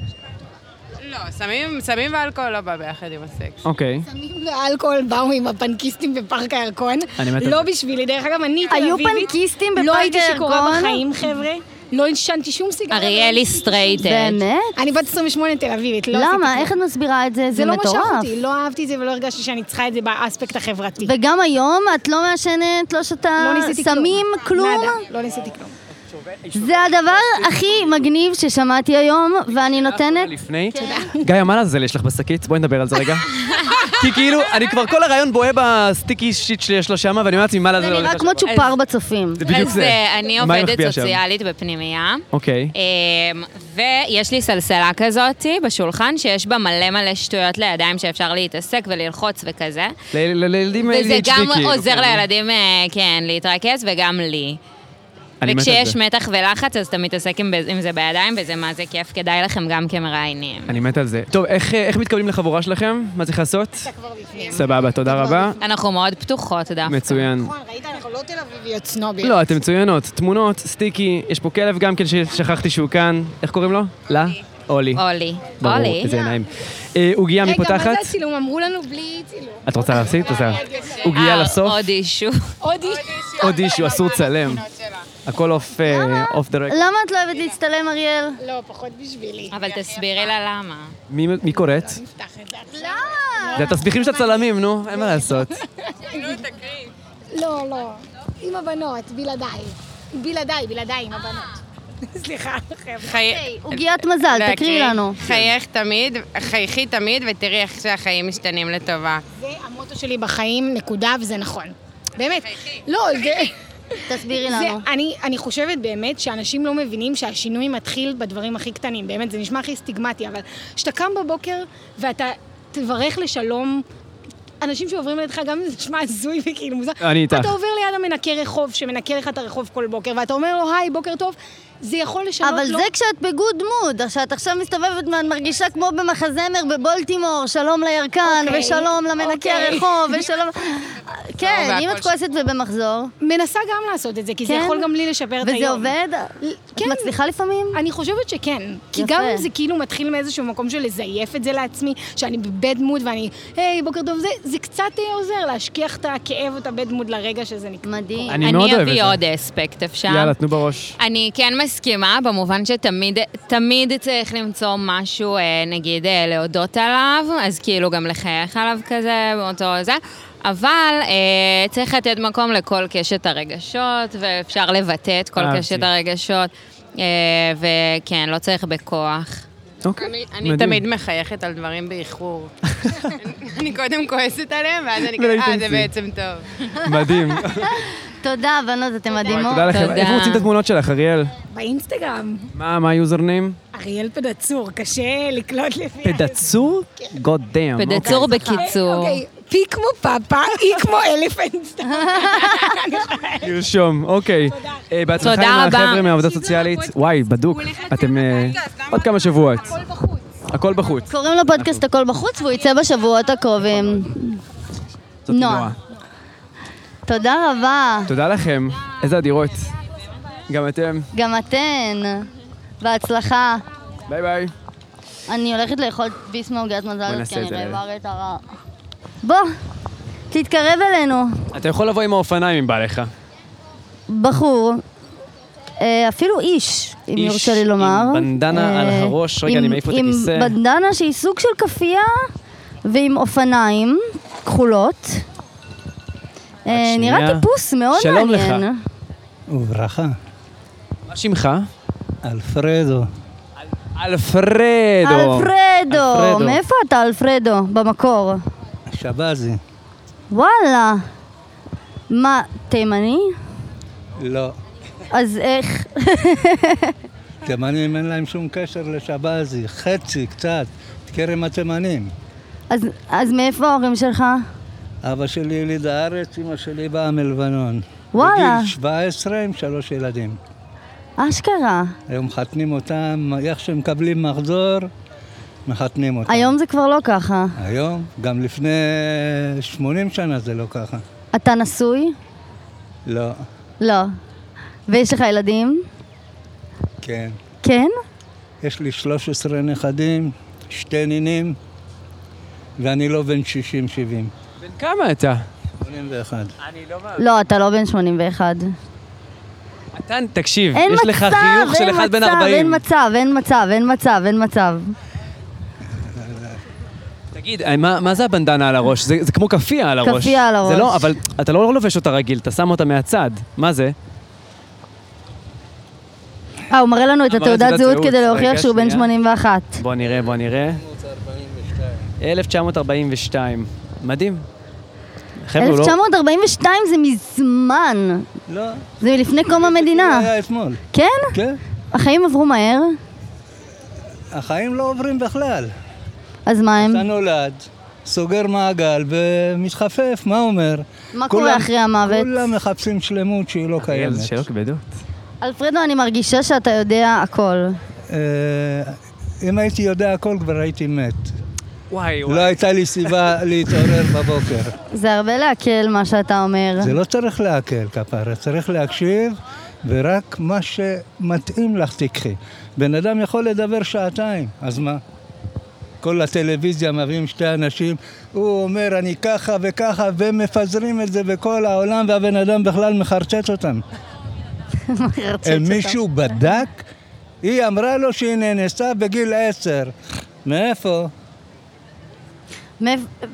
לא, לא, סמים- סמים ואלכוהול לא בא ביחד עם הסקס. אוקיי. סמים ואלכוהול באו עם הפנקיסטים בפארק הירקון. אני מת על לא זה. בשבילי, דרך אגב, אני כאילו, תל היו אביבית. פנקיסטים לא בפארק הייתי שיכורה הירקון? בחיים, חבר'ה. לא עישנתי שום סיגריה. לא אריאלי סטרייטד. באמת? אני בת 28 תל אביבית, לא עשיתי למה? כלום. איך את מסבירה את זה? זה זה לא מטורף. משך אותי, לא אהבתי את זה ולא הרגשתי שאני צריכה את זה באספקט החברתי. וגם היום את לא מעשנת, לא שותה, לא ניסיתי כלום. סמים, כלום? נאדה, לא ניסיתי כלום. זה הדבר הכי מגניב ששמעתי היום, ואני נותנת... לפני. כן. גיא, מה לעזאזל יש לך בשקית? בואי נדבר על (laughs) זה רגע. כי כאילו, אני כבר כל הרעיון בוהה בסטיקי שיט שיש לו שמה, ואני אומר לעצמי, מה לעזאזל זה הולך נראה לשם?" כמו צ'ופר בצופים. זה בדיוק אז זה. אה, אני מה עובדת מחביא השם? סוציאלית בפנימייה. אוקיי. אמ, ויש לי סלסלה כזאת בשולחן, שיש בה מלא מלא שטויות לידיים שאפשר להתעסק וללחוץ וכזה. ל- ל- לילדים ADHD וזה גם כאילו, עוזר כן. לילדים, אה, כן, להתרכז, וגם לי. אני מת על וכשיש זה. מתח ולחץ, אז אתה מתעסק עם עם זה בידיים, וזה מה זה כיף, כדאי לכם גם כמראיינים. אני מת על זה. טוב, איך אה, איך מתקבלים לחבורה שלכם? מה צריך לעשות? סבבה, תודה רבה. אנחנו מאוד פתוחות דווקא. מצוין. ראית, אנחנו לא תל אביביות סנוביות. לא, אתן מצוינות. תמונות, סטיקי, יש פה כלב גם כן ששכחתי שהוא כאן. איך קוראים לו? לה? אולי. אולי. ברור, אולי. איזה עיניים. אה, עוגיה רגע, מה מפותחת. זה הצילום? אמרו לנו בלי צילום. את רוצה להפסיק? בסדר. עוגיה אה, לסוף. עוד אישו. עוד עוד אישו, אסור לצלם. הכל אוף אה, דה רק. למה את לא אוהבת להצטלם, אריאל? לא, פחות בשבילי. אבל תסבירי לה למה. מי מי קוראת? זה התסביכים של הצלמים, נו, אין מה לעשות. לא, לא. עם הבנות, בלעדיי. בלעדיי, בלעדיי עם הבנות. סליחה, חבר'ה. חי- עוגיית מזל, להקריא. תקריא לנו. חייך תמיד, חייכי תמיד, ותראי איך שהחיים משתנים לטובה. זה המוטו שלי בחיים, נקודה, וזה נכון. באמת. לא, זה... תסבירי לנו. אני, אני חושבת באמת שאנשים לא מבינים שהשינוי מתחיל בדברים הכי קטנים. באמת, זה נשמע הכי סטיגמטי, אבל כשאתה קם בבוקר ואתה תברך לשלום... אנשים שעוברים לידך, גם אם זה נשמע הזוי וכאילו מוזר. אני איתך. אתה עובר ליד המנקה רחוב, שמנקה לך את הרחוב כל בוקר, ואתה אומר לו, היי, בוקר טוב, זה יכול לשנות אבל לו... זה כשאת בגוד מוד, שאת עכשיו מסתובבת ואת מרגישה כמו במחזמר בבולטימור, שלום לירקן, אוקיי, ושלום למנקי אוקיי. (laughs) הרחוב, ושלום... לא, כן, אם והכל את כועסת ובמחזור... מנסה גם לעשות את זה, כי זה כן? יכול גם לי לשפר את וזה היום. עובד? כן. את מצליחה לפעמים? אני חושבת שכן. כי יפה. גם אם זה כאילו מתחיל מאיזשהו מקום של לזייף את זה לעצמי, שאני בבד מוד ואני, היי, בוקר טוב, זה, זה קצת אה, עוזר להשכיח את הכאב או את הבד מוד לרגע שזה נקרא. מדהים. אני מאוד אוהב את אביא זה. עוד אספקט, אפשר? יאללה, תנו בראש. אני כן מסכימה, במובן שתמיד תמיד צריך למצוא משהו, אה, נגיד, אה, להודות עליו, אז כאילו גם לחייך עליו כזה, באותו זה, אבל אה, צריך לתת מקום לכל קשת הרגשות, ואפשר לבטא את כל אהבתי. קשת הרגשות, אה, וכן, לא צריך בכוח. אוקיי. אני תמיד מחייכת על דברים באיחור. (laughs) אני קודם כועסת עליהם, ואז אני ולא כזה, אה, זה אינטנסיבי. בעצם טוב. מדהים. (laughs) תודה, בנות, אתן מדהימות. תודה לכם. איפה רוצים את התמונות שלך, אריאל? באינסטגרם, מה, מה היוזר ניים? אריאל פדצור, קשה לקלוט לפי... פדצור? גוד דאם. פדצור בקיצור. אוקיי, פי כמו פאפה, אי כמו אלפנט. (laughs) אני חייבת. תרשום, אוקיי. אה, בהצלחה תודה עם רבה. החבר'ה מהעבודה סוציאלית. וואי, בדוק. אתם אה, עוד כמה שבועות. הכל בחוץ. הכל בחוץ. קוראים לפודקאסט הכל בחוץ, והוא יצא בשבועות הקרובים. זאת נועה. תודה רבה. תודה לכם. איזה אדירות. גם אתם. גם אתן. בהצלחה. ביי ביי. אני הולכת לאכול ביס מעוגת מזל, נעשה כי אני את זה. רעבה רטרה. בוא, תתקרב אלינו. אתה יכול לבוא עם האופניים אם בא לך. בחור, אה, אפילו איש, אם איש יורשה לי לומר. אה, עם בנדנה על הראש. רגע, עם- אני מעיף את הכיסא. עם בנדנה שהיא סוג של כאפייה, ועם אופניים כחולות. אה, נראה שנייה. טיפוס מאוד שלום לך. מעניין. וברכה. מה שמך? אלפרדו. אלפרדו. אלפרדו, מאיפה אתה אלפרדו במקור? שבזי. וואלה. מה, תימני? לא. אז איך? (laughs) תימנים אין להם שום קשר לשבזי. חצי, קצת. כרם התימנים. אז, אז מאיפה ההורים שלך? אבא שלי יליד הארץ, אמא שלי באה מלבנון. וואלה. בגיל 17 עם שלוש ילדים. אשכרה. היום מחתנים אותם, איך שמקבלים מחזור, מחתנים אותם. היום זה כבר לא ככה. היום, גם לפני 80 שנה זה לא ככה. אתה נשוי? לא, לא. ויש לך ילדים? כן. כן? יש לי 13 נכדים, שתי נינים, ואני לא בן 60-70. בן כמה אתה? 81. לא, אתה לא בן 81. מתן, תקשיב, אין יש לך מצב, חיוך של אין אחד בן מצב, 40. אין מצב, אין מצב, אין מצב, אין מצב. תגיד, אה, מה מה זה הבנדנה על הראש? זה זה כמו כאפיה על הראש. כאפיה על הראש. זה לא, אבל אתה לא לובש אותה רגיל, אתה שם אותה מהצד. מה זה? אה, הוא מראה לנו את אה, מראה התעודת תעודת זהות זהות, כדי להוכיח רגע, שהוא בן שנייה. 81. בוא נראה, בוא נראה. 1942. מדהים. חבר'ה, הוא לא... 1942 זה מזמן. לא. זה מלפני קום המדינה. זה היה אתמול. כן? כן. החיים עברו מהר, החיים לא עוברים בכלל. אז מה הם? אתה נולד, סוגר מעגל ומתחפף, מה אומר? מה קורה כולם- אחרי המוות? כולם מחפשים שלמות שהיא לא קיימת. זה שאלות כבדות. אלפרדו, אני מרגישה שאתה יודע הכל. אה, אם הייתי יודע הכל כבר הייתי מת. וואי, לא הייתה לי סיבה להתעורר בבוקר. זה הרבה להקל מה שאתה אומר. זה לא צריך להקל כפרה, צריך להקשיב, ורק מה שמתאים לך תיקחי. בן אדם יכול לדבר שעתיים, אז מה? כל הטלוויזיה מביאים שתי אנשים, הוא אומר אני ככה וככה, ומפזרים את זה בכל העולם, והבן אדם בכלל מחרטט אותם. מחרצץ (laughs) אם מישהו בדק, היא אמרה לו שהיא נאנסה בגיל עשר. מאיפה? מאיפ-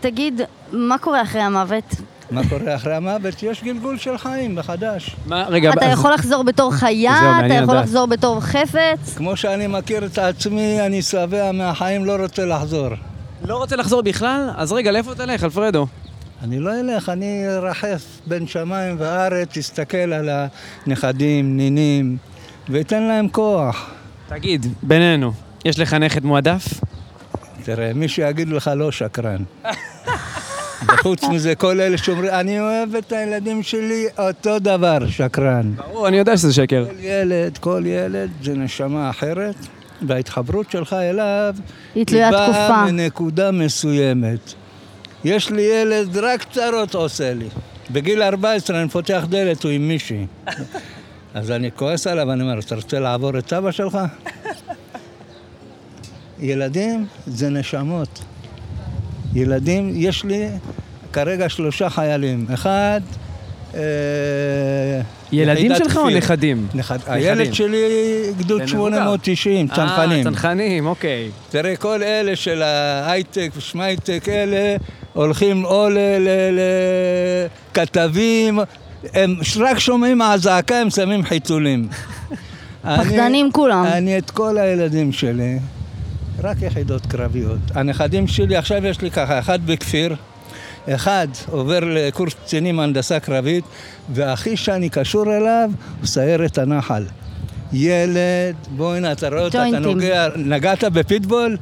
ותגיד, מה קורה אחרי המוות? מה קורה אחרי המוות? יש גלגול של חיים מחדש. מה, רגע, אתה יכול לחזור בתור זהו, חיה, אתה מעניין יכול לדעת. לחזור בתור חפץ. כמו שאני מכיר את עצמי, אני שבע מהחיים, לא רוצה לחזור. לא רוצה לחזור בכלל? אז רגע, לאיפה תלך, אלפרדו? אני לא אלך, אני ארחף בין שמיים וארץ, אסתכל על הנכדים, נינים, ואתן להם כוח. תגיד, בינינו, יש לך נכד מועדף? תראה, מי שיגיד לך לא שקרן. וחוץ מזה, כל אלה שאומרים, אני אוהב את הילדים שלי, אותו דבר, שקרן. ברור, אני יודע שזה שקר. כל ילד, כל ילד זה נשמה אחרת, וההתחברות שלך אליו... היא תלויה תקופה. באה מנקודה מסוימת. יש לי ילד, רק צרות עושה לי. בגיל 14 אני פותח דלת, הוא עם מישהי. אז אני כועס עליו, אני אומר, אתה רוצה לעבור את אבא שלך? ילדים זה נשמות. ילדים, יש לי כרגע שלושה חיילים. אחד... אה, ילדים יחידת שלך או כפיר. נכדים? נכד- נכדים. הילד שלי גדוד בן 890, צנחנים. אה, צנחנים, אוקיי. תראה, כל אלה של ההייטק ושמייטק, אלה הולכים או לכתבים, הם רק שומעים אזעקה, הם שמים (laughs) חיתולים. אני- פחדנים כולם. אני את כל הילדים שלי, רק יחידות קרביות. הנכדים שלי, עכשיו יש לי ככה, אחד בכפיר, אחד עובר לקורס קצינים הנדסה קרבית, והכי שאני קשור אליו, הוא סיירת הנחל. ילד, בוא הנה, אתה רואה אותו, אתה ג'וינטים. נוגע, נגעת בפיטבול?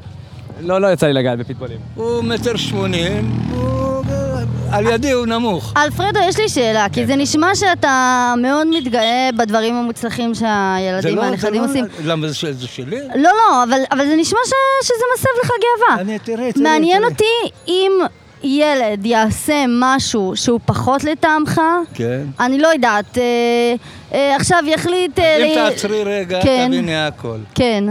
לא, לא יצא לי לגעת בפיטבולים. הוא מטר שמונים, הוא... על ידי הוא נמוך. אלפרדו, יש לי שאלה, כן. כי זה נשמע שאתה מאוד מתגאה בדברים המוצלחים זה שהילדים, לא- זה הנכדים לא- עושים. למה זה ש- זה שלי? לא, לא, אבל, אבל זה נשמע ש, שזה מסב לך גאווה. אני, תראה, תראה. מעניין אותי אם ילד יעשה משהו שהוא פחות לטעמך, כן. אני לא יודעת, אה, אה, עכשיו יחליט... אה, אם ל- תעצרי רגע, כן, תביני הכל. כן,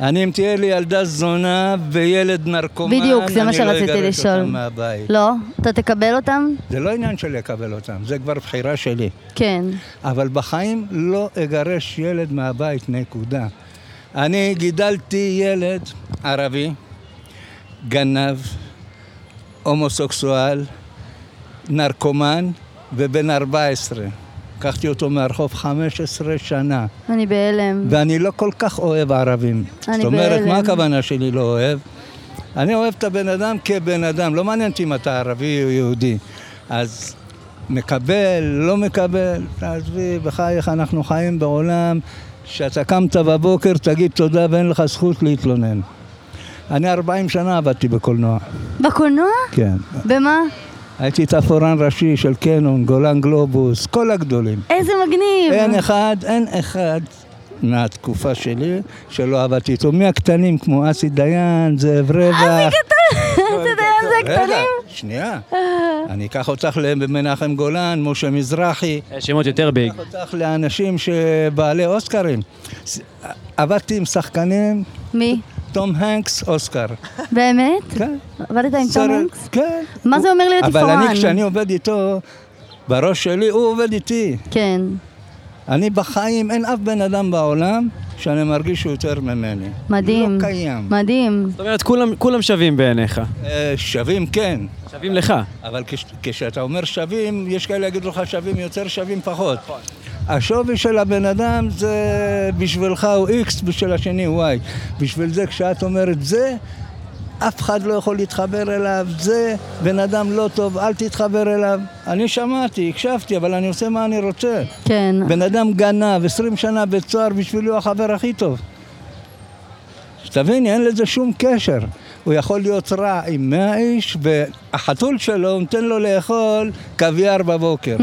אני, אם תהיה לי ילדה זונה וילד נרקומן, בדיוק, זה מה אני לא שרציתי אגרש לשאול. אותם מהבית. לא? אתה תקבל אותם? זה לא עניין של לקבל אותם, זה כבר בחירה שלי. כן. אבל בחיים לא אגרש ילד מהבית, נקודה. אני גידלתי ילד ערבי, גנב, הומוסקסואל, נרקומן ובן 14. לקחתי אותו מהרחוב 15 שנה, אני בהלם. ואני לא כל כך אוהב ערבים. אני זאת אומרת, בהלם. מה הכוונה שלי לא אוהב? אני אוהב את הבן אדם כבן אדם, לא מעניין אותי אם אתה ערבי או יהודי. אז מקבל, לא מקבל, תעזבי, בחייך, אנחנו חיים בעולם שאתה קמת בבוקר, תגיד תודה ואין לך זכות להתלונן. אני 40 שנה עבדתי בקולנוע, בקולנוע? כן. במה? הייתי תפאורן ראשי של קנון, גולן גלובוס, כל הגדולים. איזה מגניב. אין אחד, אין אחד מהתקופה שלי שלא עבדתי איתו. מהקטנים כמו אסי דיין, זאב רווח. אסי קטן, אסי דיין זה הקטנים. רגע, שנייה. אני אקח אותך למנחם גולן, משה מזרחי. אה, שמות יותר ביג. אותך לאנשים שבעלי אוסקרים. ס- עבדתי עם שחקנים. מי? תום הנקס אוסקר. באמת? כן. עבדת עם תום סרט- הנקס? כן. מה זה אומר להיות אבל תפאורן? אני, כשאני עובד איתו, בראש שלי, הוא עובד איתי. כן. אני בחיים, אין אף בן אדם בעולם שאני מרגיש שהוא יותר ממני. מדהים. לא קיים. מדהים. זאת אומרת, כולם- כולם שווים בעיניך. אה, שווים כן. שווים לך. אבל כש, כשאתה אומר שווים, יש כאלה יגידו לך שווים יותר, שווים פחות. נכון. השווי של הבן אדם זה בשבילך הוא X, בשביל השני Y. בשביל זה כשאת אומרת זה, אף אחד לא יכול להתחבר אליו, זה בן אדם לא טוב, אל תתחבר אליו. אני שמעתי, הקשבתי, אבל אני עושה מה אני רוצה. כן. בן אדם גנב 20 שנה בית סוהר, בשבילי הוא החבר הכי טוב. שתביני, אין לזה שום קשר. הוא יכול להיות רע עם 100 איש, והחתול שלו נותן לו לאכול קוויאר בבוקר. Mm,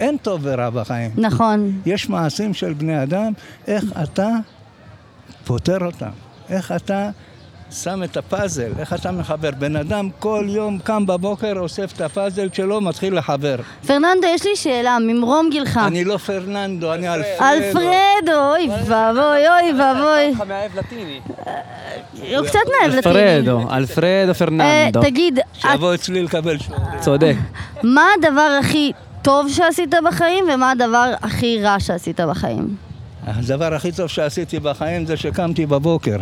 אין טוב ורע בחיים. נכון. יש מעשים של בני אדם, איך אתה פותר אותם? איך אתה שם את הפאזל? איך אתה מחבר? בן אדם כל יום קם בבוקר, אוסף את הפאזל שלו, מתחיל לחבר. פרננדו, יש לי שאלה, ממרום גילך. אני לא פרננדו, אני אלפרדו. אלפרדו, אוי ואבוי, אוי ואבוי. הוא קצת מאהב לטיני. אלפרדו, אלפרדו אה, פרננדו. תגיד, שיבוא אצלי לקבל שיעור. צודק. מה הדבר הכי טוב שעשית בחיים ומה הדבר הכי רע שעשית בחיים? הדבר הכי טוב שעשיתי בחיים זה שקמתי בבוקר.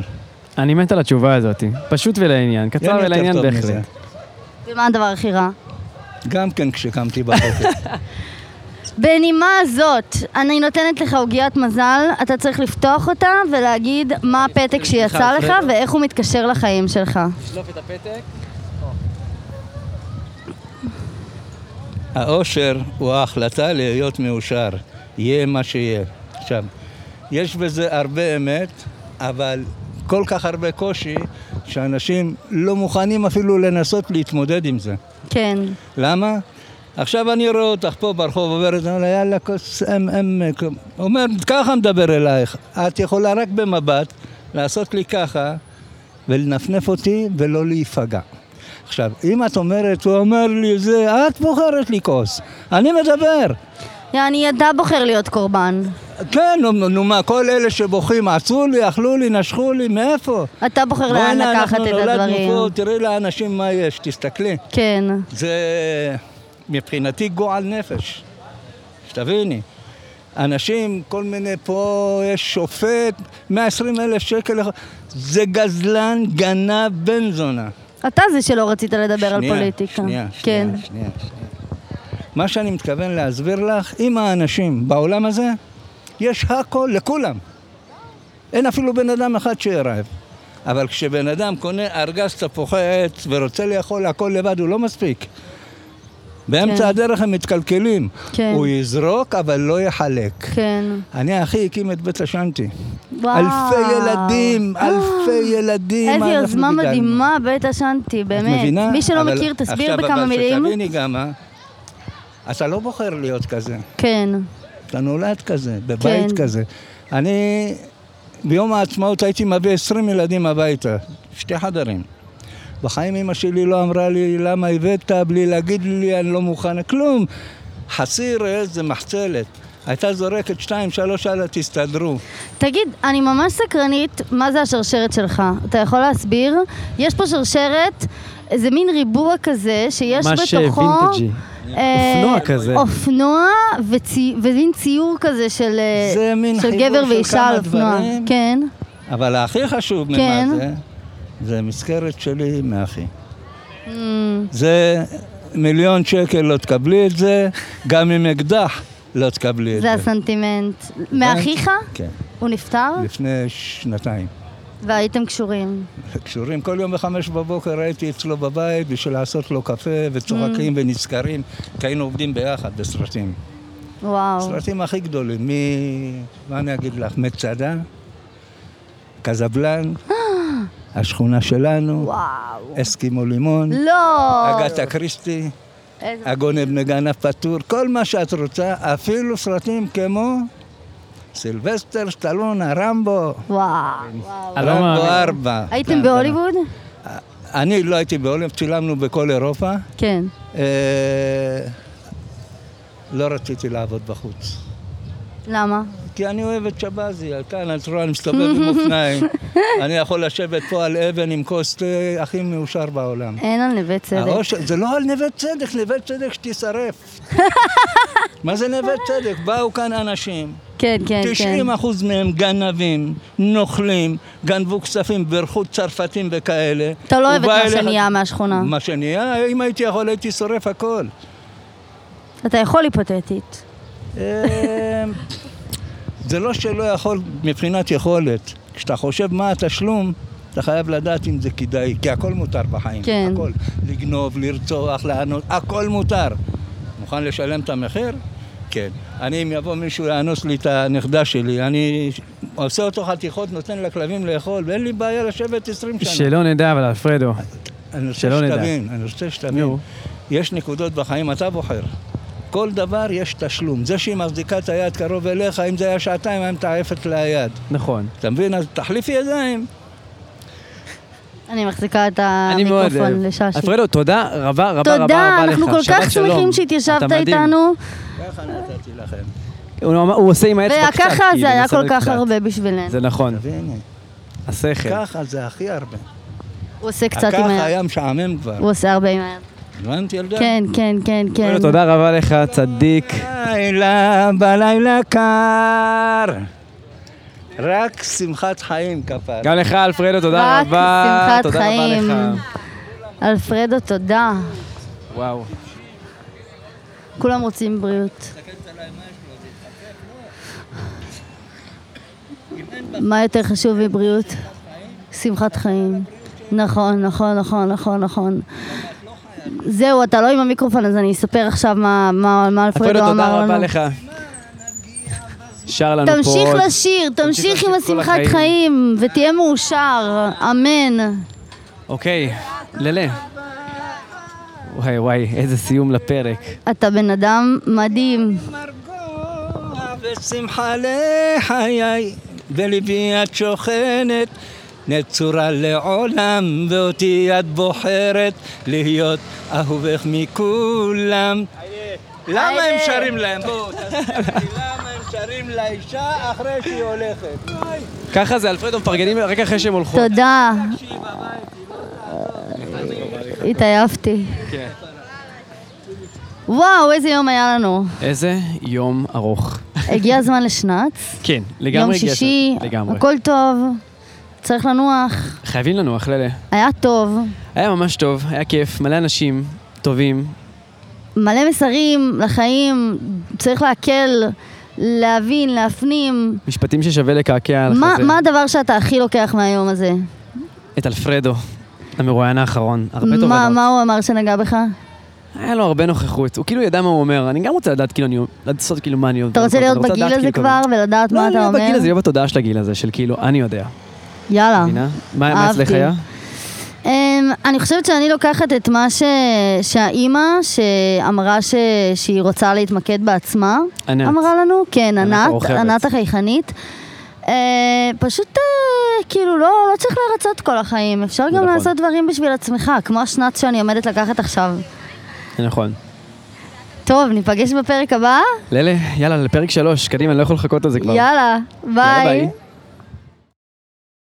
אני מת על התשובה הזאת. פשוט ולעניין, אין קצר יותר ולעניין טוב בהחלט. מזה. ומה הדבר הכי רע? גם כן כשקמתי בבוקר. בנימה הזאת, אני נותנת לך עוגיית מזל, אתה צריך לפתוח אותה ולהגיד מה הפתק שיצא לך אלפרדו. ואיך הוא מתקשר לחיים שלך. שלוף את הפתק. האושר הוא ההחלטה להיות מאושר, יהיה מה שיהיה. עכשיו, יש בזה הרבה אמת, אבל כל כך הרבה קושי, שאנשים לא מוכנים אפילו לנסות להתמודד עם זה. כן. למה? עכשיו אני רואה אותך פה ברחוב עוברת, אני אומר לה, יאללה, כוס אם אם. אומר, ככה מדבר אלייך. את יכולה רק במבט לעשות לי ככה ולנפנף אותי ולא להיפגע. עכשיו, אם את אומרת, הוא אומר לי זה, את בוחרת לי כוס. אני מדבר. יעני, אתה בוחר להיות קורבן. כן, נו, נו, נו מה, כל אלה שבוכים עצרו לי, אכלו לי, נשכו לי, מאיפה? אתה בוחר בואנה, לאן לקחת את אנחנו הדברים. נולדנו פה, תראי לאנשים מה יש, תסתכלי. כן. זה מבחינתי גועל נפש, שתביני. אנשים, כל מיני, פה יש שופט, 120 אלף שקל, זה גזלן, גנב, בן זונה. אתה זה שלא רצית לדבר על שנייה, פוליטיקה. שנייה, כן. שנייה, שנייה. מה שאני מתכוון להסביר לך, אם האנשים בעולם הזה, יש הכל לכולם. אין אפילו בן אדם אחד שיהיה רעב. אבל כשבן אדם קונה ארגז תפוחי עץ ורוצה לאכול הכל לבד, הוא לא מספיק. באמצע כן. הדרך הם מתקלקלים. כן. הוא יזרוק, אבל לא יחלק. כן. אני אחי הקים את בית השנטי. וואו. אה, אלפי ילדים, אלפי ילדים. איזה אנחנו יוזמה גידלנו. מדהימה, בית השנטי, את באמת. מבינה? מי שלא אבל מכיר, תסביר עכשיו, בכמה מילים. אבל שתביני גם, אה? אתה לא בוחר להיות כזה. כן. אתה נולד כזה, בבית כן. כזה. אני ביום העצמאות הייתי מביא 20 ילדים הביתה, שתי חדרים. בחיים אמא שלי לא אמרה לי למה הבאת, בלי להגיד לי אני לא מוכנה, כלום. חסיר עז זה מחצלת. הייתה זורקת שתיים, שלוש, יאללה, תסתדרו. תגיד, אני ממש סקרנית, מה זה השרשרת שלך? אתה יכול להסביר? יש פה שרשרת, איזה מין ריבוע כזה, שיש ממש, אה, בתוכו... וינטג'י. אה, אופנוע כזה. אופנוע וצי- ומין ציור כזה של, אה, זה מין של חיבור גבר של ואישה כמה על אופנוע. דברים. כן. אבל הכי חשוב כן. ממה זה, זה מזכרת שלי מאחי. Mm, זה מיליון שקל לא תקבלי את זה, גם עם אקדח לא תקבלי את זה זה. הסנטימנט. מאחיך? כן, הוא נפטר? לפני שנתיים. והייתם קשורים. קשורים כל יום בחמש בבוקר הייתי אצלו בבית בשביל לעשות לו קפה וצוחקים Mm. ונזכרים, כי היינו עובדים ביחד בסרטים. Oh. וואו. הסרטים הכי גדולים, מ... מה אני אגיד לך? מצדה, (laughs) קזבלן, השכונה שלנו, וואו. אסקימו לימון, לא! אגתה כריסטי. איזה- הגונב מגנב פטור, כל מה שאת רוצה, אפילו סרטים כמו סילבסטר, סטלונה, רמבו, (gasps) וואו. לא רמבו ארבע. כן, הייתם בהוליווד? אני לא הייתי בהוליווד, צילמנו בכל אירופה. כן. אה, לא רציתי לעבוד בחוץ. למה? כי אני אוהב את שבזי, על כאן, את רואה, אני מסתובב עם (laughs) אופניים. אני יכול לשבת פה על אבן עם כוס תה הכי מאושר בעולם. אין על נווה אה, צדק. הראש, זה לא על נווה צדק, נווה צדק שתישרף. מה זה נווה צדק? באו כאן אנשים. כן, כן, כן. 90 אחוז מהם גנבים, נוכלים, גנבו כספים, בירכו צרפתים וכאלה. אתה לא אוהב את הוא בא מה אליך- שנהיה מהשכונה. מה שנהיה, אם הייתי יכול הייתי שורף (laughs) הכל. אתה יכול היפותטית. אמ, זה לא שלא יכול מבחינת יכולת. כשאתה חושב מה התשלום, אתה חייב לדעת אם זה כדאי, כי הכל מותר בחיים. כן. הכל. לגנוב, לרצוח, לענות, הכל מותר. מוכן לשלם את המחיר? כן. אני, אם יבוא מישהו לאנוס לי את הנכדה שלי, אני עושה אותו חתיכות, נותן לכלבים לאכול, ואין לי בעיה לשבת 20 שנה. שלא נדע, אבל אלפרדו. אני רוצה שלא נדע. שתבין, אני רוצה שתבין. יש נקודות בחיים, אתה בוחר. כל דבר יש תשלום. זה שהיא מחזיקה את היד קרוב אליך, אם זה היה שעתיים, היה מתעייפת לה היד. נכון. אתה מבין? אז תחליף ידיים. אני מחזיקה את אני מאוד המיקרופון אוהב. לששי. אלפרדו, תודה רבה רבה רבה רבה לך. תודה, אנחנו כל שבת כך שלום. שמחים אתה שהתיישבת מדהים. איתנו, ככה נתתי לכם. הוא אמר- הוא עושה עם האצבע קצת. וככה כאילו, זה היה בסדר, כל כך קצת. הרבה בשבילנו. זה נכון. השכל. ככה זה הכי הרבה. הוא עושה קצת עם הככה היד. היה משעמם כבר. הוא עושה הרבה עם היד. הבנת ילדה? כן, כן, כן, כן. תודה רבה לך, צדיק. לילה, בלילה קר. כן. רק שמחת חיים כפר. גם לך, אלפרדו, תודה רק רבה. שמחת תודה רבה חיים. לך. אלפרדו, תודה. וואו. כולם רוצים בריאות. מה יותר חשוב מבריאות? שמחת חיים. נכון, נכון, נכון, נכון, נכון. זהו, אתה לא עם המיקרופון, אז אני אספר עכשיו מה- מה מה אלפרדו אלפרדו, לא אמר לנו. תודה רבה לך. שר לנו פה. תמשיך עוד. לשיר, תמשיך עם כל השמחת החיים. חיים, ותהיה מאושר, אמן. אוקיי, ללה. וואי וואי, איזה סיום לפרק. אתה בן אדם מדהים. ושמחה לחיי, בליבי את שוכנת, נצורה לעולם, ואותי את בוחרת להיות אהובך מכולם. למה הם שרים להם? בואו, תסביר לי למה הם שרים לאישה אחרי שהיא הולכת. ככה זה, אלפרדו מפרגנים רק אחרי שהם הולכות. תודה. התעייפתי. כן. וואו, איזה יום היה לנו. איזה יום ארוך. הגיע הזמן לשנץ. כן, לגמרי יום הגיע שישי, הזמן. לגמרי. הכל טוב, צריך לנוח, חייבים לנוח, ללה. היה טוב, היה ממש טוב, היה כיף, מלא אנשים טובים. מלא מסרים לחיים, צריך להקל, להבין, להפנים. משפטים ששווה לקעקע על מה- החזה. מה הדבר שאתה הכי לוקח מהיום הזה? את אלפרדו, המרואיין האחרון. הרבה תובנות. מה מה הוא אמר שנגע בך? היה לו הרבה נוכחות, הוא כאילו ידע מה הוא אומר, אני גם רוצה לדעת כאילו אני, לעשות כאילו מה אני יודע. אתה רוצה להיות בגיל הזה כבר ולדעת מה אתה כאילו לא, אומר? בגיל הזה, להיות בתודעה של הגיל הזה, של כאילו, אני יודע. יאללה. מבינה? מה מה אהבתי. אצלך היה? Um, אני חושבת שאני לוקחת את מה ש... שהאימא שאמרה ש... שהיא רוצה להתמקד בעצמה, ענת. אמרה לנו, כן, ענת ענת, הרוכבת. ענת החייכנית. Uh, פשוט uh, כאילו לא, לא צריך לרצות כל החיים, אפשר גם נכון. לעשות דברים בשביל עצמך, כמו השנת שאני עומדת לקחת עכשיו. זה נכון. טוב, ניפגש בפרק הבא? ללה, יאללה, לפרק שלוש, קדימה, אני לא יכול לחכות לזה כבר. יאללה, ביי. יאללה, ביי.